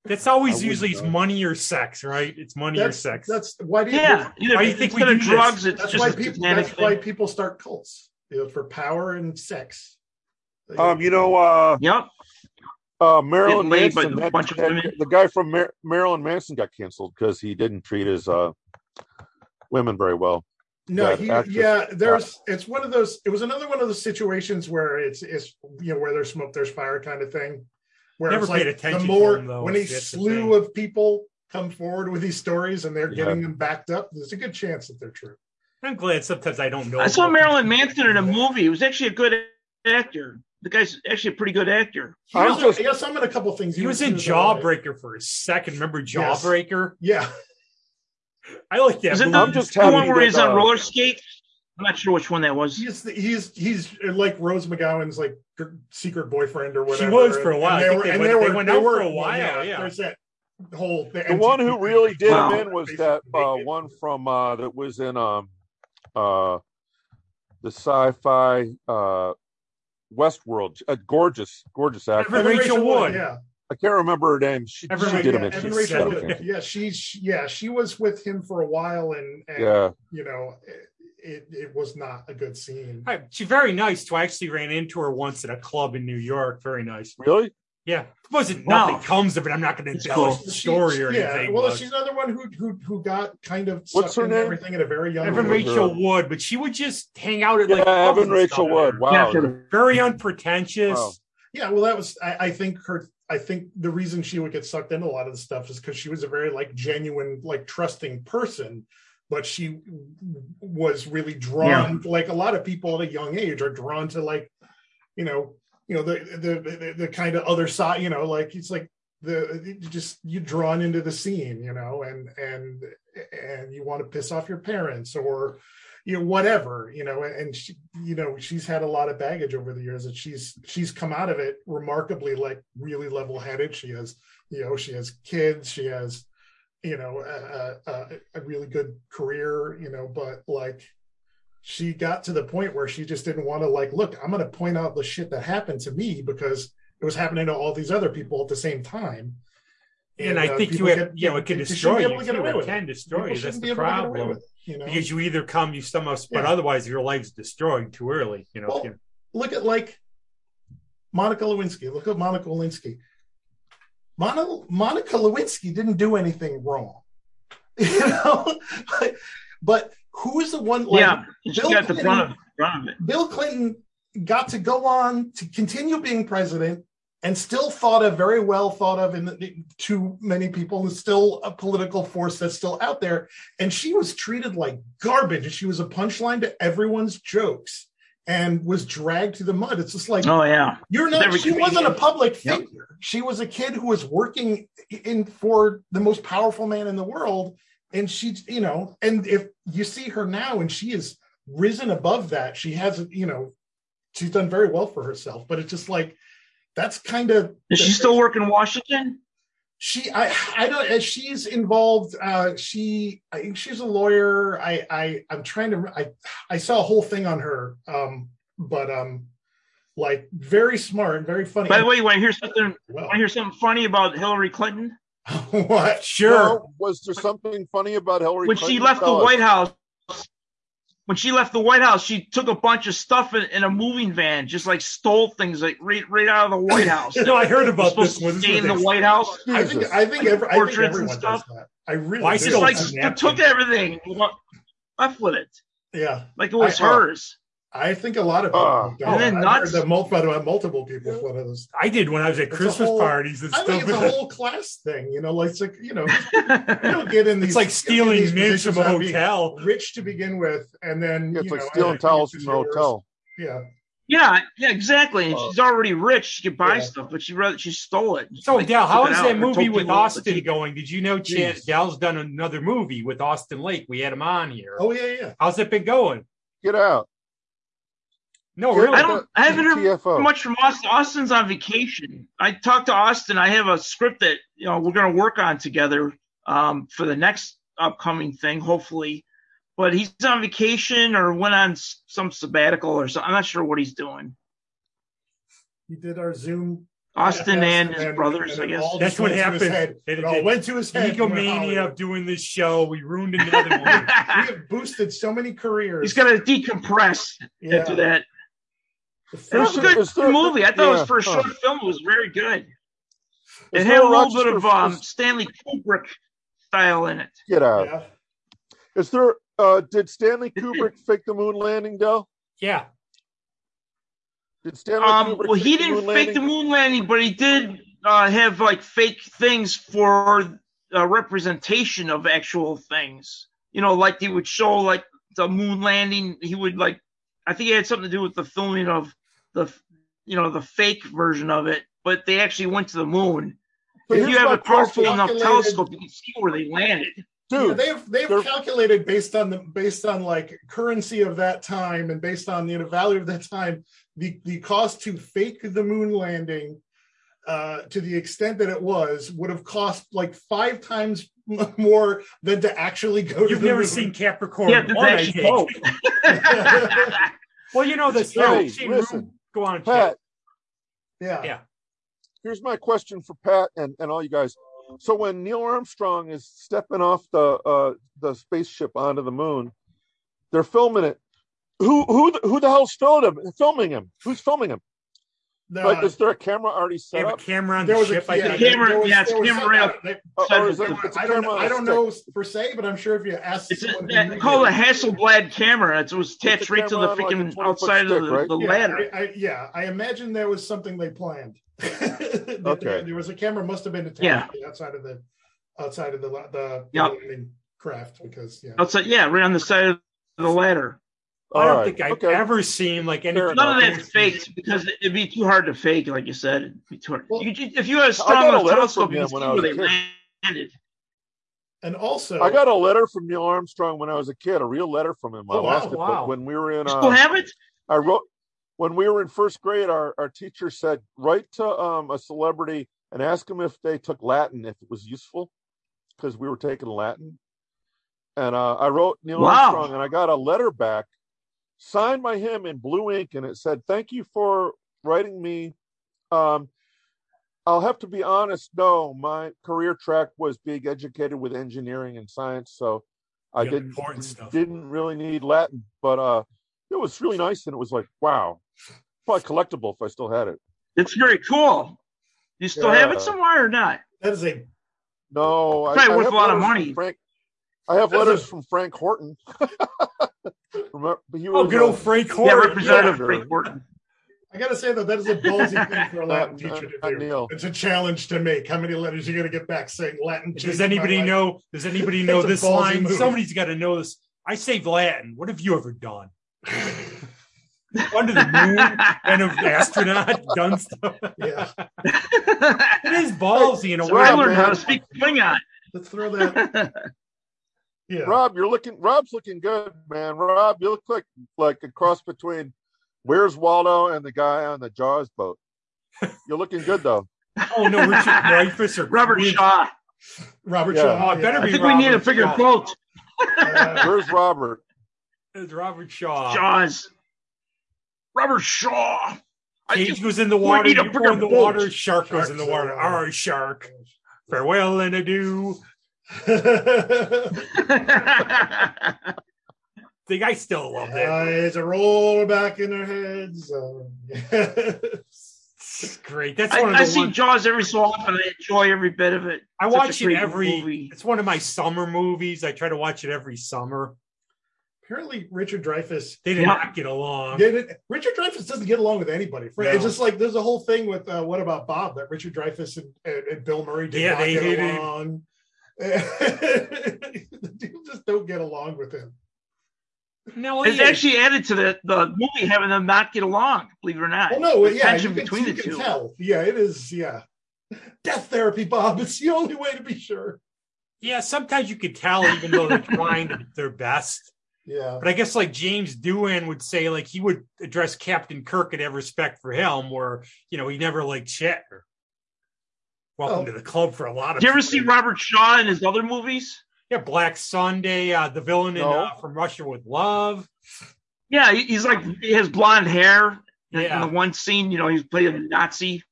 A: That's
D: I
A: always
D: wouldn't
A: usually it's
D: know.
A: money or sex, right? It's money or
B: that's,
A: sex.
B: that's why do you
C: Yeah, either
A: Why do you think we
C: instead of
A: do this?
C: drugs, it's
B: that's
C: just
B: why
C: a
B: people
C: satanic
B: that's why
C: thing.
B: people start cults It was for power and sex.
D: Um, you know, uh,
C: Yep.
D: uh,
C: Getting
D: Marilyn
C: laid by
D: Manson,
C: a
D: that-
C: bunch of
D: that-
C: women.
D: the guy from Mar- Marilyn Manson got canceled because he didn't treat his uh, women very well.
B: no,
D: that
B: he,
D: actress-
B: yeah, there's. It's one of those. It was another one of those situations where it's it's you know where there's smoke, there's fire kind of thing. Where
A: Never
B: it's like
A: paid attention
B: the
A: to
B: more
A: him, though,
B: when a
A: that's the
B: slew
A: thing.
B: of people come forward with these stories and they're
D: Yeah.
B: getting them backed up, there's a good chance that they're true.
A: I'm glad sometimes I don't know.
C: I saw
A: about-
C: Marilyn Manson in a movie. He was actually a good actor. The guy's actually a pretty good actor.
B: He
D: I'm
B: was,
D: just-
B: I guess I'm in a couple things.
A: He was in
B: all right.
A: Jawbreaker for a second. Remember
B: Yes.
A: Jawbreaker?
B: Yeah,
A: I like that.
C: Is it
A: movie.
C: the,
D: I'm just
C: the one
D: happy
C: where
D: that,
C: he's on
D: uh,
C: roller skates? I'm not sure which one that was.
B: he's the, he's he's like Rose McGowan's like g- secret boyfriend or
A: She
B: whatever.
A: was for a while. I
B: And
A: think
B: they were
A: they
B: and
A: went- they
B: they were
A: went
B: they
A: out for
B: were
A: a while, yeah.
B: There's that whole the,
D: The one who really did
C: Wow.
D: him in was that uh, one from uh, that was in um, uh, the sci-fi uh, Westworld. A gorgeous, gorgeous actor.
A: Evan Rachel Wood.
B: Yeah,
D: I can't remember her name. She,
A: Evan
D: she
A: Rachel-
D: did
B: yeah,
D: him. in.
B: Evan
D: She
B: Rachel
D: got him
B: Wood.
D: in.
B: Yeah, she's yeah she was with him for a while and, and
D: Yeah.
B: you know it, it it was not a good scene.
A: Hi, She's very nice too. I actually ran into her once at a club in New York. Very nice.
D: Really?
A: Yeah. It wasn't
C: Wow.
A: nothing comes of it. I'm not going to
C: It's
A: embellish
C: cool.
A: the story or
B: She-
A: anything.
B: well,
A: but-
B: she's another one who who who got kind of
D: What's
B: sucked
D: her
B: into
D: name?
B: everything at a very young
A: Evan
D: Evan
B: age.
A: Rachel
D: Wood.
A: Wood, but she would just hang out at
D: Yeah,
A: like clubs
D: Evan
A: and
D: Rachel
A: stuff.
D: Wood. Wow.
C: After-
A: Very unpretentious.
D: Wow.
B: Yeah, well, that was I, I think her. I think the reason she would get sucked into a lot of the stuff is because she was a very like genuine, like trusting person, but she was really drawn. Like a lot of people at a young age are drawn to like, you know, you know the the the, the kind of other side. You know, like it's like the you just you're drawn into the scene, you know, and and and you want to piss off your parents or you know whatever you know and she, you know she's had a lot of baggage over the years and she's she's come out of it remarkably like really level headed she has you know she has kids she has you know a, a- a, a really good career you know but like she got to the point where she just didn't want to like look i'm going to point out the shit that happened to me because it was happening to all these other people at the same time
A: And I
B: uh,
A: think you
B: people
A: have,
B: get-
A: you know, it can
B: they shouldn't
A: destroy
B: be
A: you.
B: able to get away
A: it
B: with it.
A: can destroy
B: People
A: you. That's
B: shouldn't
A: the
B: be able to get away
A: problem.
B: with it, you know
A: Because you either come, you somehow, but
B: Yeah.
A: otherwise your life's destroyed too early. You know,
B: Well, look at like Monica Lewinsky. Look at Monica Lewinsky. Mono, Monica Lewinsky didn't do anything wrong, you know. but who is the one? Like,
C: yeah, and she
B: Bill
C: got the
B: Clinton-
C: front of, front of it.
B: Bill Clinton got to go on to continue being president and still thought of very well thought of in the, to many people and still a political force that's still out there and she was treated like garbage she was a punchline to everyone's jokes and was dragged through the mud it's just like
C: Oh yeah,
B: you're not.
C: Every
B: She wasn't a
C: comedian.
B: public
C: Yep.
B: figure. She was a kid who was working in for the most powerful man in the world, and she, you know, and if you see her now, and she is risen above that. She has, you know, she's done very well for herself. But it's just like that's kind of
C: is she still working in Washington?
B: she i i don't uh, she's involved uh she i think she's a lawyer i i i'm trying to i i saw a whole thing on her um but um like very smart and very funny
C: By the way, you want to hear something? Want
B: well,
C: to hear something funny about Hillary Clinton?
B: what
A: sure.
D: Now, was there something funny about Hillary
C: When
D: Clinton?
C: she left the
D: Tell us.
C: White House, when she left the White House, she took a bunch of stuff in, in a moving van, just like stole things like right, right out of the White House.
A: No, I heard about
C: supposed
A: this
C: to
A: one. This
C: stay in the
A: was-
C: White House.
B: i think i think, every, I think
C: Portraits and
B: everyone
C: stuff.
B: does that i really
A: Why is
B: do.
A: it
C: Just like
A: Stole
C: st- took everything, wa- left with it,
B: yeah
C: like it was
B: I- uh,
C: hers.
B: i think a lot of people
D: Oh.
B: have
C: Isn't
B: done
C: that
B: it. I've
C: nuts?
B: heard that mul- by the way, multiple people have one of those
A: I did when I was at
B: It's a
A: Christmas
B: whole-
A: parties and
B: i
A: stuff.
B: think it's a whole class thing you know like it's like you know you don't get in
A: It's
B: these
A: like
B: you don't
A: stealing
B: get in these
A: mints from
B: positions
A: a
B: without being
A: hotel.
B: rich to begin with, and then
D: Yeah, it's
B: you
D: like
B: know,
D: stealing
B: and it
D: towels from
B: uses
D: the
B: yours.
D: hotel.
B: Yeah,
C: Yeah, yeah, exactly. And
D: Oh.
C: she's already rich; she could buy
B: Yeah.
C: stuff, but she rather she stole it.
A: So
C: Like,
A: Dal,
C: took
A: how
C: it
A: is
C: out
A: that
C: and
A: movie
C: told
A: with
C: people it's
A: Austin going? Did you know Chan,
B: Jeez.
A: Dal's done another movie with Austin Lake? We had him on here.
B: oh yeah, yeah.
A: How's it been going?
D: Get out.
A: No,
D: Yeah,
A: really.
C: I don't. I haven't heard
D: TFO.
C: much from Austin. Austin's on vacation. I talked to Austin. I have a script that you know we're going to work on together um, for the next upcoming thing, hopefully. But he's on vacation or went on s- some sabbatical or something. I'm not sure what he's doing.
B: You did our Zoom
C: Austin
B: Yes,
C: and his
B: then-
C: brothers,
B: and
C: I
B: it
C: guess.
B: all
A: That's
B: just
A: what
B: went to his
A: happened.
B: head.
A: It-
B: It all
A: it-
B: went to his head. and went
A: Egomania
B: Hollywood.
A: of doing this show. We ruined another one.
B: We have boosted so many careers.
C: He's gonna decompress after that.
B: The
C: It was
B: first-
C: a
D: There's-
C: good
D: there's still-
C: movie. I thought it was
D: yeah,
C: for a
D: huh.
C: short film. It was very good.
D: There's
C: it had
D: no
C: a little bit
D: Rochester
C: of um,
D: first-
C: Stanley Kubrick style in it.
D: Get out.
B: yeah.
D: Is there? Uh, did Stanley Kubrick fake the moon landing, Dell?
A: Yeah.
D: Did Stanley
C: Um,
D: Kubrick?
C: well, he
D: fake the
C: didn't
D: moon
C: fake the
D: landing?
C: moon landing, but he did uh, have like fake things for uh, representation of actual things. You know, like he would show like the moon landing. He would like, I think it had something to do with the filming of the, you know, the fake version of it. But they actually went to the moon.
D: But
C: if
D: here's
C: you have
D: my
C: a powerful
D: question.
C: enough
B: Calculated-
C: telescope, you can see where they landed.
B: Yeah,
D: dude.
B: they've they've
D: they're-
B: calculated based on the based on like currency of that time and based on the value of that time the the cost to fake the moon landing uh, to the extent that it was would have cost like five times m- more than to actually go to
A: You've
B: the
A: never
B: moon.
A: seen Capricorn.
C: Yeah, did
A: One, I
C: they actually
A: think.
C: go?
A: Well, you know, the
D: Hey,
A: I've seen Room-
D: listen.
A: Go on,
D: Pat,
A: Pat.
B: yeah
A: Yeah.
D: here's my question for Pat and, and all you guys. So when Neil Armstrong is stepping off the uh, the spaceship onto the moon, they're filming it. Who who the- who the hell's filming him? Filming him? Who's filming him?
B: No,
D: Like, is there a camera already
A: They
D: set
A: have a
D: up?
A: camera on
B: there
A: the
B: was a
A: ship. I
B: yeah,
A: think.
C: The camera-
B: there was-
C: yeah, it's
B: there was
C: camera
B: some-
C: up.
B: they-
D: Uh, Or, or is it, it's a
B: I don't,
D: camera
B: know-
D: on
B: I
D: a
B: don't
D: stick?
B: know per se, but I'm sure if you ask
C: It's a,
B: someone who
C: that,
B: knew
C: called a
B: them-
C: Hasselblad camera. It's- It was
D: It's
C: attached
D: a
C: right to the
D: camera on, like, a
C: freaking
D: 20 foot
C: outside of
D: stick,
C: the,
D: right?
C: the
B: yeah,
C: ladder.
B: I, I, yeah, I imagine there was something they planned. That
D: Okay.
B: there, there was a camera must have been attached
C: Yeah.
B: outside of the outside of the la- the, the
C: Yeah.
B: landing craft because yeah.
C: Outside, yeah, right on the side of the ladder.
A: I don't
D: All right,
A: think I've
D: okay.
A: ever seen like any.
D: Fair
C: None of that's faked because it'd be too hard to fake, like you said. It'd be too hard.
B: Well,
C: you, could- if you had a
D: got
C: strong
D: a
C: enough
D: letter
C: telescope,
D: from
C: you
D: him
C: could see
D: when I
C: where
D: was
C: they
D: a kid.
C: landed.
B: And also,
D: I got a letter from Neil Armstrong when I was a kid, a real letter from him. I
B: Oh, wow,
D: lost it,
A: wow.
D: but when we were in,
C: You still
D: uh,
C: have it?
D: I wrote when we were in first grade. Our our teacher said write to um, a celebrity and ask them if they took Latin if it was useful, because we were taking Latin. And uh, I wrote Neil
C: Wow.
D: Armstrong, and I got a letter back, signed by him in blue ink, and it said, "Thank you for writing me." Um, I'll have to be honest. No, my career track was being educated with engineering and science, so I
A: Yeah,
D: didn't
A: important stuff.
D: didn't really need Latin, but uh, it was really nice, and it was like, wow, probably collectible if I still had it.
C: It's very cool. You still have
D: Yeah.
C: it somewhere or not?
B: that is a
D: No, I,
C: Probably
D: I
C: worth
D: have
C: a lot of
D: letters from
C: money.
D: Frank, I have
B: That's
D: letters
B: a-
D: from Frank Horton. Remember, he
A: Oh,
D: was uh,
A: good
D: a-
A: old Frank
C: Yeah,
A: Horton.
C: Representative
D: yeah.
C: Frank Wharton.
B: I gotta say though, that is a ballsy thing for a Latin
D: Not-
B: teacher
D: not
B: to do.
D: Neil.
B: It's a challenge to make. How many letters you gonna get back saying Latin? changed
A: Does
B: my
A: anybody
B: life?
A: know? Does anybody know
B: That's a
A: this
B: ballsy
A: line?
B: move.
A: Somebody's got to know this. I save Latin. What have you ever done? Under the moon and an astronaut done stuff.
B: Yeah,
A: It is ballsy in a
D: So
A: way.
C: I
D: Yeah,
C: learned how
D: man.
C: to speak Klingon.
B: let's throw that. Yeah,
D: Rob, you're looking. Rob's looking good, man. Rob, you look like like a cross between Where's Waldo and the guy on the Jaws boat. You're looking good though.
A: Oh no, Richard Dreyfuss or
C: Robert
A: Quinn.
C: Shaw.
B: Robert
D: Yeah.
B: Shaw.
A: Oh, it better
C: I
A: be
C: think we need a
A: Robert
C: bigger
A: Shaw.
C: quote.
B: Uh,
D: Where's Robert?
A: It's Robert Shaw.
C: Jaws. Robert Shaw. I
A: Cage
C: think
A: goes in the
C: we
A: water.
C: need a
A: You
C: bigger
A: go in the
C: boat.
A: water. Shark goes
B: Shark's
A: in the water. Our shark. Farewell and adieu.
B: Eyes
A: The guy still loved it.
B: are roll back in their heads. Um,
A: It's great. That's
C: I,
A: one of
C: I
A: the
C: see
A: ones-
C: Jaws every so often. I enjoy every bit of it.
A: I
C: Such a
A: watch it
C: great
A: every.
C: movie.
A: It's one of my summer movies. I try to watch it every summer.
B: Apparently, Richard Dreyfuss
A: They did
C: Yeah.
A: not get along.
B: didn't. Richard Dreyfuss doesn't get along with anybody. Fr-
A: No.
B: It's just like there's a whole thing with uh, what about Bob that Richard Dreyfuss and, and, and Bill Murray did
A: Yeah,
B: not
A: they
B: get
A: hated him.
B: along. People just don't get along with him.
A: No,
C: It's
A: it is.
C: actually added to the, the movie having them not get along, believe it or not.
B: Well, no,
C: The
B: yeah, you
C: tension
B: can,
C: between
B: you
C: the
B: can
C: two.
B: tell. Yeah, it is. Yeah, death therapy, Bob. It's the only way to be sure.
A: yeah. Sometimes you could tell, even though they're trying their best.
B: Yeah.
A: But I guess like James Doohan would say, like he would address Captain Kirk and have respect for him, where you know he never like chat. Or, Welcome
B: Oh.
A: to the club for a lot of.
C: Did you ever
A: people.
C: see Robert Shaw in his other movies?
A: Yeah, Black Sunday, uh, the villain in,
D: No.
A: uh, from Russia with Love.
C: Yeah, he- he's like he has blonde hair. In-
A: Yeah.
C: In the one scene, you know, he's playing a Nazi.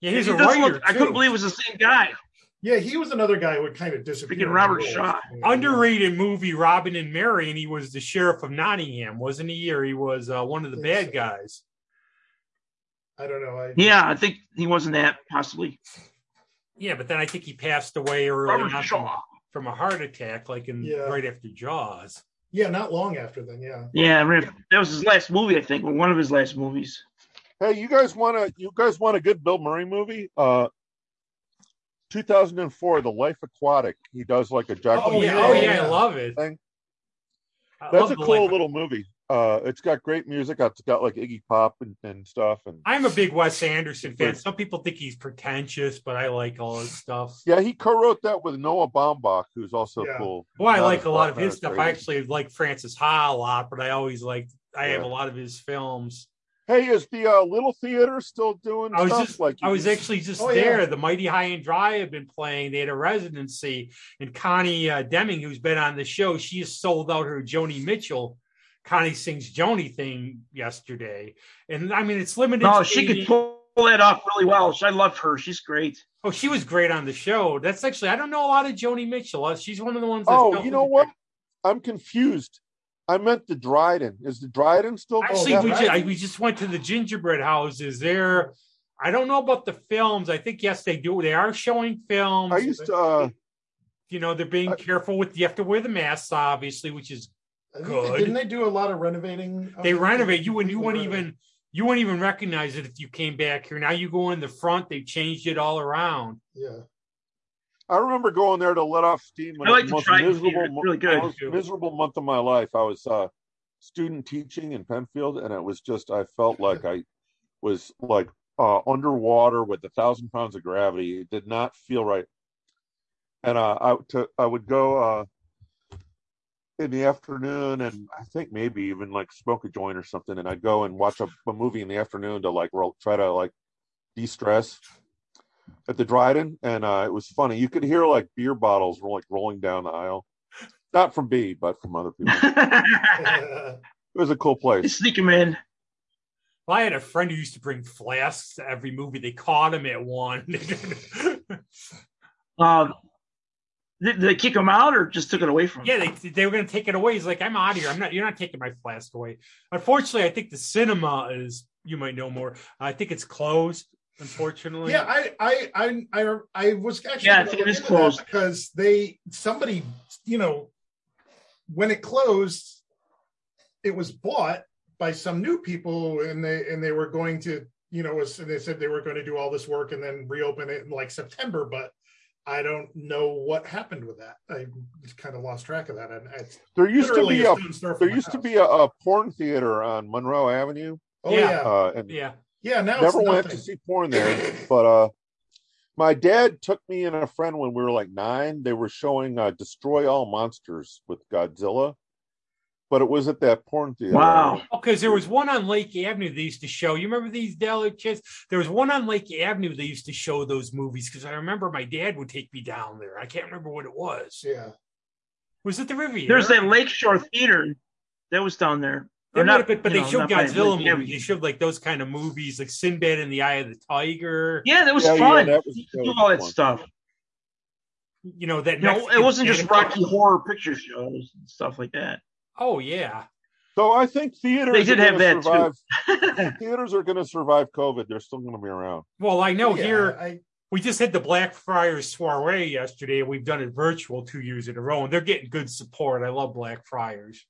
A: Yeah, he's
C: He
A: a
C: does
A: writer.
C: look- I couldn't
A: too.
C: believe it was the same guy.
B: Yeah, he was another guy who would kind of disappear.
C: Freaking Robert
B: in roles.
C: Shaw.
A: underrated movie Robin and Mary, and he was the sheriff of Nottingham, wasn't he? Or he was uh, one of the bad guys.
B: I don't know. I,
C: Yeah, I think he wasn't that possibly.
A: Yeah, but then I think he passed away early
C: Robert
A: on from,
C: Shaw.
A: from a heart attack, like in
B: Yeah.
A: right after Jaws.
B: yeah, not long after then. Yeah.
C: Yeah, I remember- that was his last movie, I think, or one of his last movies.
D: Hey, you guys want to? You guys want a good Bill Murray movie? Uh, 2004, The Life Aquatic. He does like a Jack.
A: Oh,
B: Oh,
A: yeah,
B: yeah,
A: oh yeah,
B: yeah.
A: I love it.
D: Thing.
A: I
D: That's
A: love
D: a
A: the
D: cool
A: life-
D: little movie. Uh, it's got great music. It's got like Iggy Pop and, and stuff. And
A: I'm a big Wes Anderson fan. Some people think he's pretentious, but I like all his stuff.
D: yeah, he co-wrote that with Noah Baumbach, who's also
B: Yeah.
D: cool.
A: Well, I
D: Not
A: like
D: as
A: a lot of
D: popular
A: his
D: as
A: stuff. I
D: Brady.
A: actually like Francis Ha a lot, but I always like I have
D: Yeah.
A: a lot of his films.
D: Hey, is the uh, Little Theater still doing
A: I was
D: stuff?
A: just
D: like
A: I was actually just
B: Oh, yeah.
A: there. The Mighty High and Dry have been playing. They had a residency, and Connie uh, Deming, who's been on the show, she has sold out her Joni Mitchell. Connie sings Joni thing yesterday, and I mean it's limited.
C: No,
A: to
C: Oh, she
A: 80
C: could pull that off really well. I love her. She's great.
A: Oh, she was great on the show. That's actually I don't know a lot of Joni Mitchell. Uh, She's one of the ones. that
D: Oh,
A: fell
D: you know
A: in-
D: what? I'm confused. I meant the Dryden. Is the Dryden still?
A: Actually,
D: oh,
A: we,
D: that-
A: just, we just went to the gingerbread houses. There, I don't know about the films. I think yes, they do. They are showing films.
D: I used to. Uh,
A: you know, they're being
D: I-
A: careful with. You have to wear the masks, obviously, which is
B: I think
A: Good.
B: They, didn't they do a lot of renovating? of
A: they
B: it?
A: renovate you and you
B: Oh, They
A: wouldn't
B: renovate.
A: even you wouldn't even recognize it if you came back here. Now you go in the front. They changed it all around.
B: Yeah.
D: I remember going there to let off steam. When
C: I like
D: the
C: the
D: most
C: Dryden Theater.
D: miserable,
C: It's
D: mo-
C: really good.
D: most miserable month of my life. I was uh, student teaching in Penfield, and it was just I felt like I was like uh, underwater with a thousand pounds of gravity. It did not feel right. And uh, I to, I would go uh, in the afternoon, and I think maybe even like smoke a joint or something. And I'd go and watch a, a movie in the afternoon to like rel- try to like de stress at the Dryden, and uh, it was funny. You could hear like beer bottles like rolling down the aisle, not from me, but from other people. It was a cool
C: They
D: place.
C: sneak him in.
A: Well, I had a friend who used to bring flasks to every movie. They caught him at one.
C: Um, did they kick him out or just took it away from him?
A: yeah, they they were going to take it away. He's like, "I'm out of here. I'm not. You're not taking my flask away." Unfortunately, I think the cinema is. You might know more. I think it's closed. Unfortunately,
B: Yeah, I, I, I, I, I was actually
C: Yeah, I
B: gonna
C: think it
B: look
C: is
B: into that
C: closed.
B: because they somebody you know when it closed, it was bought by some new people, and they and they were going to you know was and they said they were going to do all this work and then reopen it in like September, but I don't know what happened with that. I kind of lost track of that, and it's
D: There used to
B: literally
D: be
B: a
D: a
B: stone's throw from
D: there
B: my
D: used to
B: house.
D: be a, a porn theater on Monroe Avenue,
B: oh yeah
D: uh, and
A: yeah.
B: yeah now
D: never
B: it's
D: went to
B: nothing.
D: see porn there. But uh, my dad took me and a friend when we were like nine. They were showing uh, "Destroy All Monsters" with Godzilla, but it was at that porn theater.
C: Wow.
A: Oh, because there was one on Lake Avenue they used to show. You remember these Deli kids? There was one on Lake Avenue they used to show those movies because I remember my dad would take me down there. I can't remember what it was.
B: Yeah,
A: Was it the Riviera?
C: There's that Lakeshore Theater that was down there.
A: They
C: Or
A: might have been- but
C: you
A: they
C: know,
A: showed
C: not by
A: Godzilla
C: Lake Avenue.
A: movies. They showed like those kind of movies, like Sinbad and the Eye of the Tiger.
C: Yeah, that was
D: Yeah, yeah,
C: fun.
D: that was-
C: You
D: that
C: could do
D: was
C: all that
D: fun.
C: stuff.
A: You know that.
C: You know,
A: Mexican
C: it wasn't just
A: Santa-
C: Rocky Horror Picture Shows and stuff like that.
A: Oh yeah,
D: So I think theaters
C: They did
D: are
C: have
D: gonna
C: that, too.
D: survive. theaters are going to survive COVID. They're still going to be around.
A: well I know
B: Yeah,
A: here
B: I,
A: we just had the Blackfriars soiree yesterday, and we've done it virtual two years in a row, and they're getting good support. I love Blackfriars.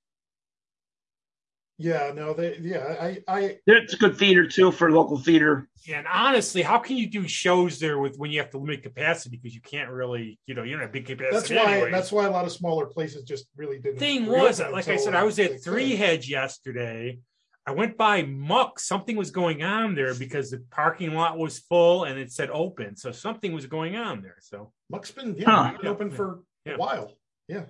B: yeah, no, they, yeah, I, I,
C: It's a good theater too for local theater.
A: And honestly, how can you do shows there with when you have to limit capacity because you can't really, you know, you don't have big capacity.
B: that's why
A: anyway.
B: that's why a lot of smaller places just really didn't
A: thing
B: reopen
A: was, like I
B: until
A: said, I was
B: they
A: at
B: could.
A: Three Heads yesterday. I went by Muck. Something was going on there because the parking lot was full and it said open, so something was going on there. So
B: muck's been yeah
C: Huh.
B: been open for
A: Yeah.
B: a while yeah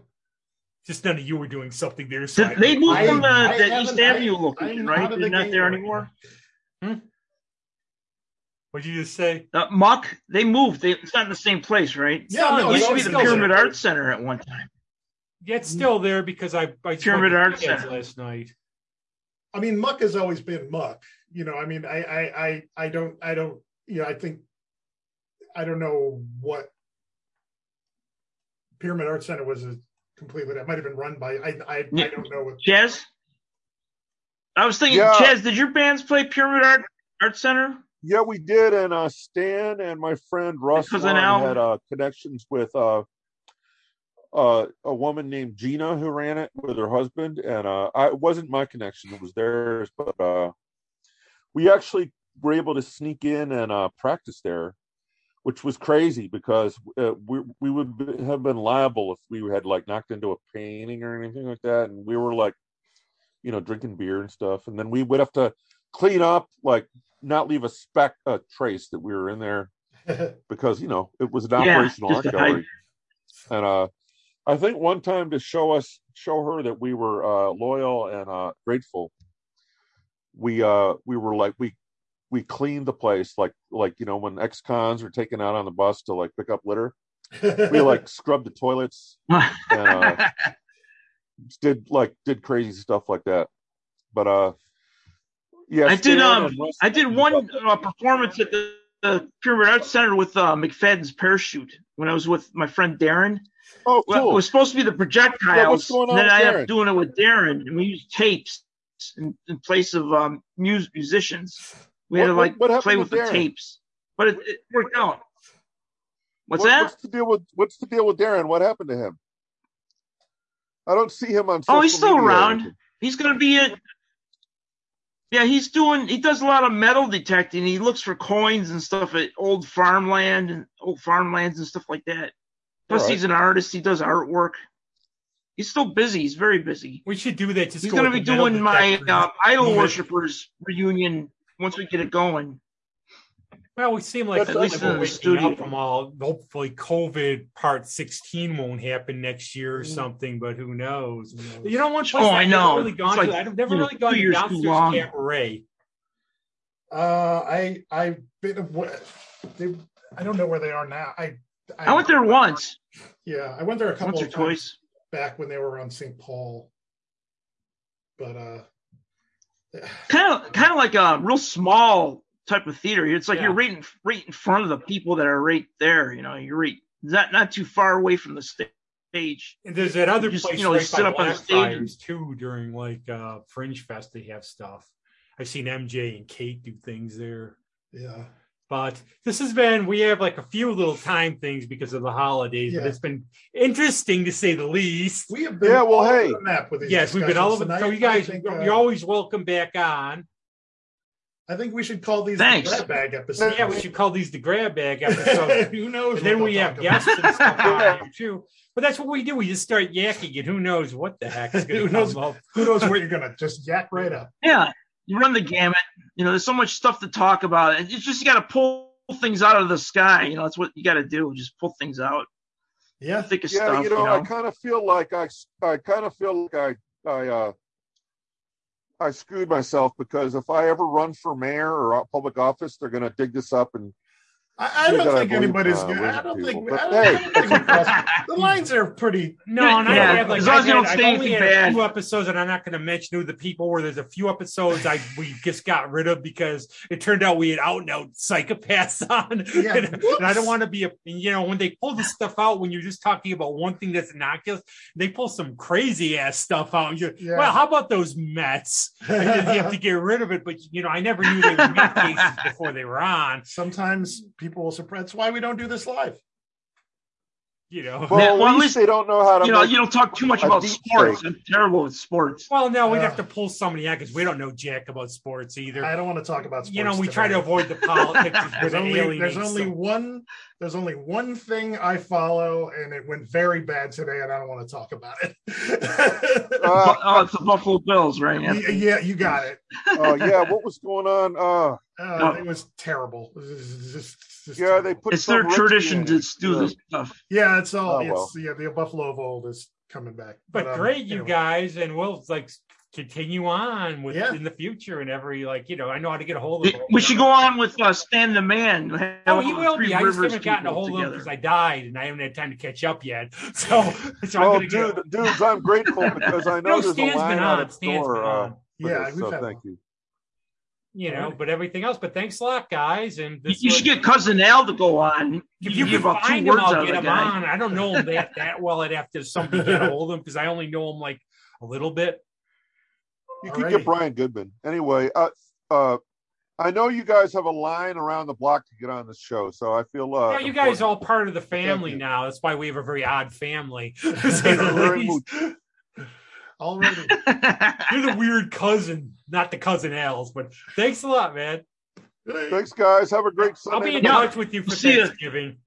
A: just none of you were doing something there. So
C: Did they uh, moved
B: I-
C: from the,
B: I
C: the East
B: haven't-
C: Avenue
B: I-
C: location,
B: I'm
C: right?
B: out of
C: They're
B: the
C: not
B: game
C: there
B: right
C: anymore.
A: What'd you just say?
C: Uh, Muck, they moved. They, it's not in the same place, right?
B: Yeah,
A: Son,
B: no,
A: you
C: it
B: it's
A: should
C: used to be
B: always
C: the
A: still-
B: been there.
C: Pyramid Arts Center at one time.
A: Yeah, it's still there because I I just went
C: Pyramid
A: to
C: Art
A: Three Heads
C: Center.
A: last night.
B: i mean muck has always been muck you know i mean i i i, I don't i don't you know i think I don't know what Pyramid Art Center was a completely. That might have been run by. I I, I don't know. What,
C: Chaz? I was thinking,
D: Yeah.
C: Chaz, did your bands play Pyramid Art Art Center?
D: Yeah, we did, and uh, Stan and my friend Russ
C: Because an
D: Lund
C: album-
D: had uh, connections with uh, uh, a woman named Gina who ran it with her husband, and uh, I, it wasn't my connection; it was theirs. But uh, we actually were able to sneak in and uh, practice there, which was crazy because uh, we we would be- have been liable if we had like knocked into a painting or anything like that, and we were like, you know, drinking beer and stuff, and then we would have to clean up like not leave a speck a trace that we were in there because you know it was an
C: Yeah,
D: operational
C: just to
D: art gallery and uh i think one time to show us show her that we were uh loyal and uh grateful we uh we were like we we cleaned the place like like you know when ex-cons are taken out on the bus to like pick up litter we like scrubbed the toilets and uh did like did crazy stuff like that but uh yeah
C: I did,
D: Stan
C: um,
D: and Russ-
C: I did one uh, performance at the, the Pyramid Arts Center with uh, McFadden's Parachute when I was with my friend Darren.
D: oh
C: Well,
D: cool
C: It was supposed to be the
D: Yeah, what's
C: projectiles,
D: going
C: and
D: on
C: then
D: with
C: I ended
D: Darren?
C: up doing it with Darren, and we used tapes in, in place of um, mus- musicians. We had
D: What-
C: to like
D: what happened
C: play
D: with
C: with,
D: Darren?
C: the tapes, but it, it worked out. What's
D: What-
C: that?
D: What's the deal with What's the deal with Darren? What happened to him? I don't see him on.
C: Oh, he's
D: social
C: still
D: media or
C: around.
D: anything.
C: He's gonna be in. Yeah, he's doing. He does a lot of metal detecting. He looks for coins and stuff at old farmland and old farmlands and stuff like that. Plus,
D: Alright.
C: he's an artist. He does artwork. He's still busy. He's very busy.
A: We should do that. Just
C: he's
A: go
C: gonna
A: with
C: be
A: the metal
C: doing my
A: detector.
C: uh, idol
A: Move it.
C: worshippers reunion once we get it going.
A: Well, we seem like
D: That's
A: at least
D: awesome.
A: we're waking
C: Studio.
A: up from all. Hopefully, COVID part sixteen won't happen next year or something. But who knows? You know, one place
C: Mm. Oh,
A: I've
C: I
A: never
C: know.
A: really gone
C: It's
A: to.
C: like,
A: I've never
C: you know,
A: really gone
C: two
A: to
C: years too
A: downstairs
C: long.
A: cabaret.
B: Uh, I I've been what they, I don't know where they are now. I
C: I went there once,
B: Yeah, I went there a couple
C: once or
B: of times
C: twice.
B: back when they were on St. Paul. But uh,
C: kind of kind of like a real small type of theater. It's like
A: Yeah.
C: you're right in, right in front of the people that are right there. You know, you're right not not too far away from the sta- stage.
A: And there's that other
C: You just,
A: place
C: you know,
A: right
C: you sit
A: by
C: up on the stage
A: Blackfriars too during like uh, Fringe Fest. They have stuff. I've seen MJ and Kate do things there.
B: yeah,
A: But this has been, we have like a few little time things because of the holidays, but
B: Yeah.
A: it's been interesting to say the least.
B: we have been
D: Yeah, well,
B: all over
D: hey.
B: the map with these
A: Yes, we've been all over.
B: discussions
A: So,
B: tonight.
A: you guys,
B: I think,
A: you're
B: uh,
A: always welcome back on.
B: I think we should call these
C: Thanks.
B: the grab bag episodes.
A: Yeah, we should call these the grab bag episodes.
B: Who knows?
A: and then
B: what
A: we
B: they'll
A: have
B: talk about.
A: guests and stuff on here too. But that's what we do. We just start yakking, and who knows what the heck is going
B: Who
A: to
B: knows?
A: come up.
B: Who knows where you're gonna just yak right up?
C: Yeah, you run the gamut. You know, there's so much stuff to talk about, and it's just you got to pull things out of the sky. You know, that's what you got to do. Just pull things out.
B: Yeah,
C: Think of
D: Yeah,
C: stuff.
D: you know, I kind of feel like I. I kind of feel like I. I. Uh, I screwed myself because if I ever run for mayor or public office, they're gonna dig this up and
B: I, I
D: Who's
B: don't
D: gonna
B: think
D: believe,
B: anybody's
D: uh,
B: gonna. I
D: lizard
B: don't
D: people?
B: think.
D: But
B: I don't, I
D: hey.
B: don't think we crossed- the lines are pretty.
A: No, and I
D: Yeah,
A: have like
C: as long
A: I've
C: as you
A: had-
C: don't say
A: I've only
C: anything
A: had a
C: bad.
A: few episodes, and I'm not going to mention who the people were. There's a few episodes I we just got rid of because it turned out we had out and out psychopaths on,
B: Yeah,
A: and, and I
B: whoops.
A: don't want to be a you know when they pull this stuff out when you're just talking about one thing that's innocuous, they pull some crazy ass stuff out. and You're,
B: Yeah.
A: Well, how about those Mets? And then you have to get rid of it, but you know I never knew they were Met cases before they were on.
B: Sometimes people will surprise. That's why we don't do this live.
A: You know.
D: well,
C: Yeah,
D: at,
C: well, at
D: least
C: least-
D: they don't know how to.
C: You know,
D: make-
C: you don't talk too much
D: a
C: about
D: deep
C: sports.
D: fake.
C: I'm terrible with sports.
A: well, no, we'd
B: Uh,
A: have to pull somebody out because we don't know jack about sports either.
B: I don't want to talk about. Sports
A: you know, we
B: today.
A: try to avoid the politics.
B: There's
A: that
B: only
A: alienates
B: there's only
A: them.
B: one there's only one thing I follow, and it went very bad today, and I don't want to talk about it.
D: Uh,
C: Bu- oh, it's the Buffalo Bills, right?
B: Y-
C: Anthony?
B: yeah, you got it.
D: Oh yeah, what was going on? Uh,
B: Uh,
C: No.
B: It was terrible. It was just- just
D: yeah, they
B: terrible.
D: put.
C: it's their
D: some rich
C: tradition
D: kid in
C: to
D: it.
C: do
D: Yeah.
C: this stuff.
B: Yeah, it's all.
D: Oh,
B: it's,
D: well.
B: Yeah, the Buffalo of old is coming back.
A: But
B: um,
A: great, you
B: anyway.
A: guys, and we'll like continue on with
B: Yeah.
A: in the future and every like you know. I know how to get a hold of.
C: It-
A: them.
C: we should go on with uh, Stan the Man.
A: Oh,
C: Have
A: he
C: the
A: will
C: Three
A: be. I just
C: Rivers
A: haven't gotten a
C: people
A: hold of him
C: together.
A: because I died and I haven't had time to catch up yet. So, so I'm
D: Oh,
A: gonna
D: dude,
A: get.
D: dudes, I'm grateful because I know
A: No,
D: there's
A: Stan's
D: a line
A: been
D: out
A: on.
D: at the
A: Stan's been
D: store. Uh,
A: on.
D: for
B: Yeah,
D: this,
B: we've
D: so
B: had
D: thank
B: one.
D: you.
A: you know, but everything else. But thanks a lot, guys. And
C: You,
A: this
C: you
A: was-
C: should get cousin Al to go on.
A: if you
C: give
A: can
C: up two
A: find him,
C: words out
A: I'll
C: of
A: get
C: the
A: him
C: guy.
A: on. I don't know him that that well. I'd have to somebody get a hold of him because I only know him like a little bit.
D: You can
B: Alrighty.
D: get Brian Goodman. Anyway, uh, uh, I know you guys have a line around the block to get on this show, so I feel uh,
A: Yeah, you guys
D: important.
A: are all part of the family
D: you.
A: now. That's why we have a very odd family. to say the
D: Very
A: least.
B: Already.
A: You're the weird cousin, not the cousin Al's. But thanks a lot, man.
D: Thanks, guys. Have a great Sunday.
A: I'll be in
D: night.
A: touch with you for
C: See ya.
A: Thanksgiving.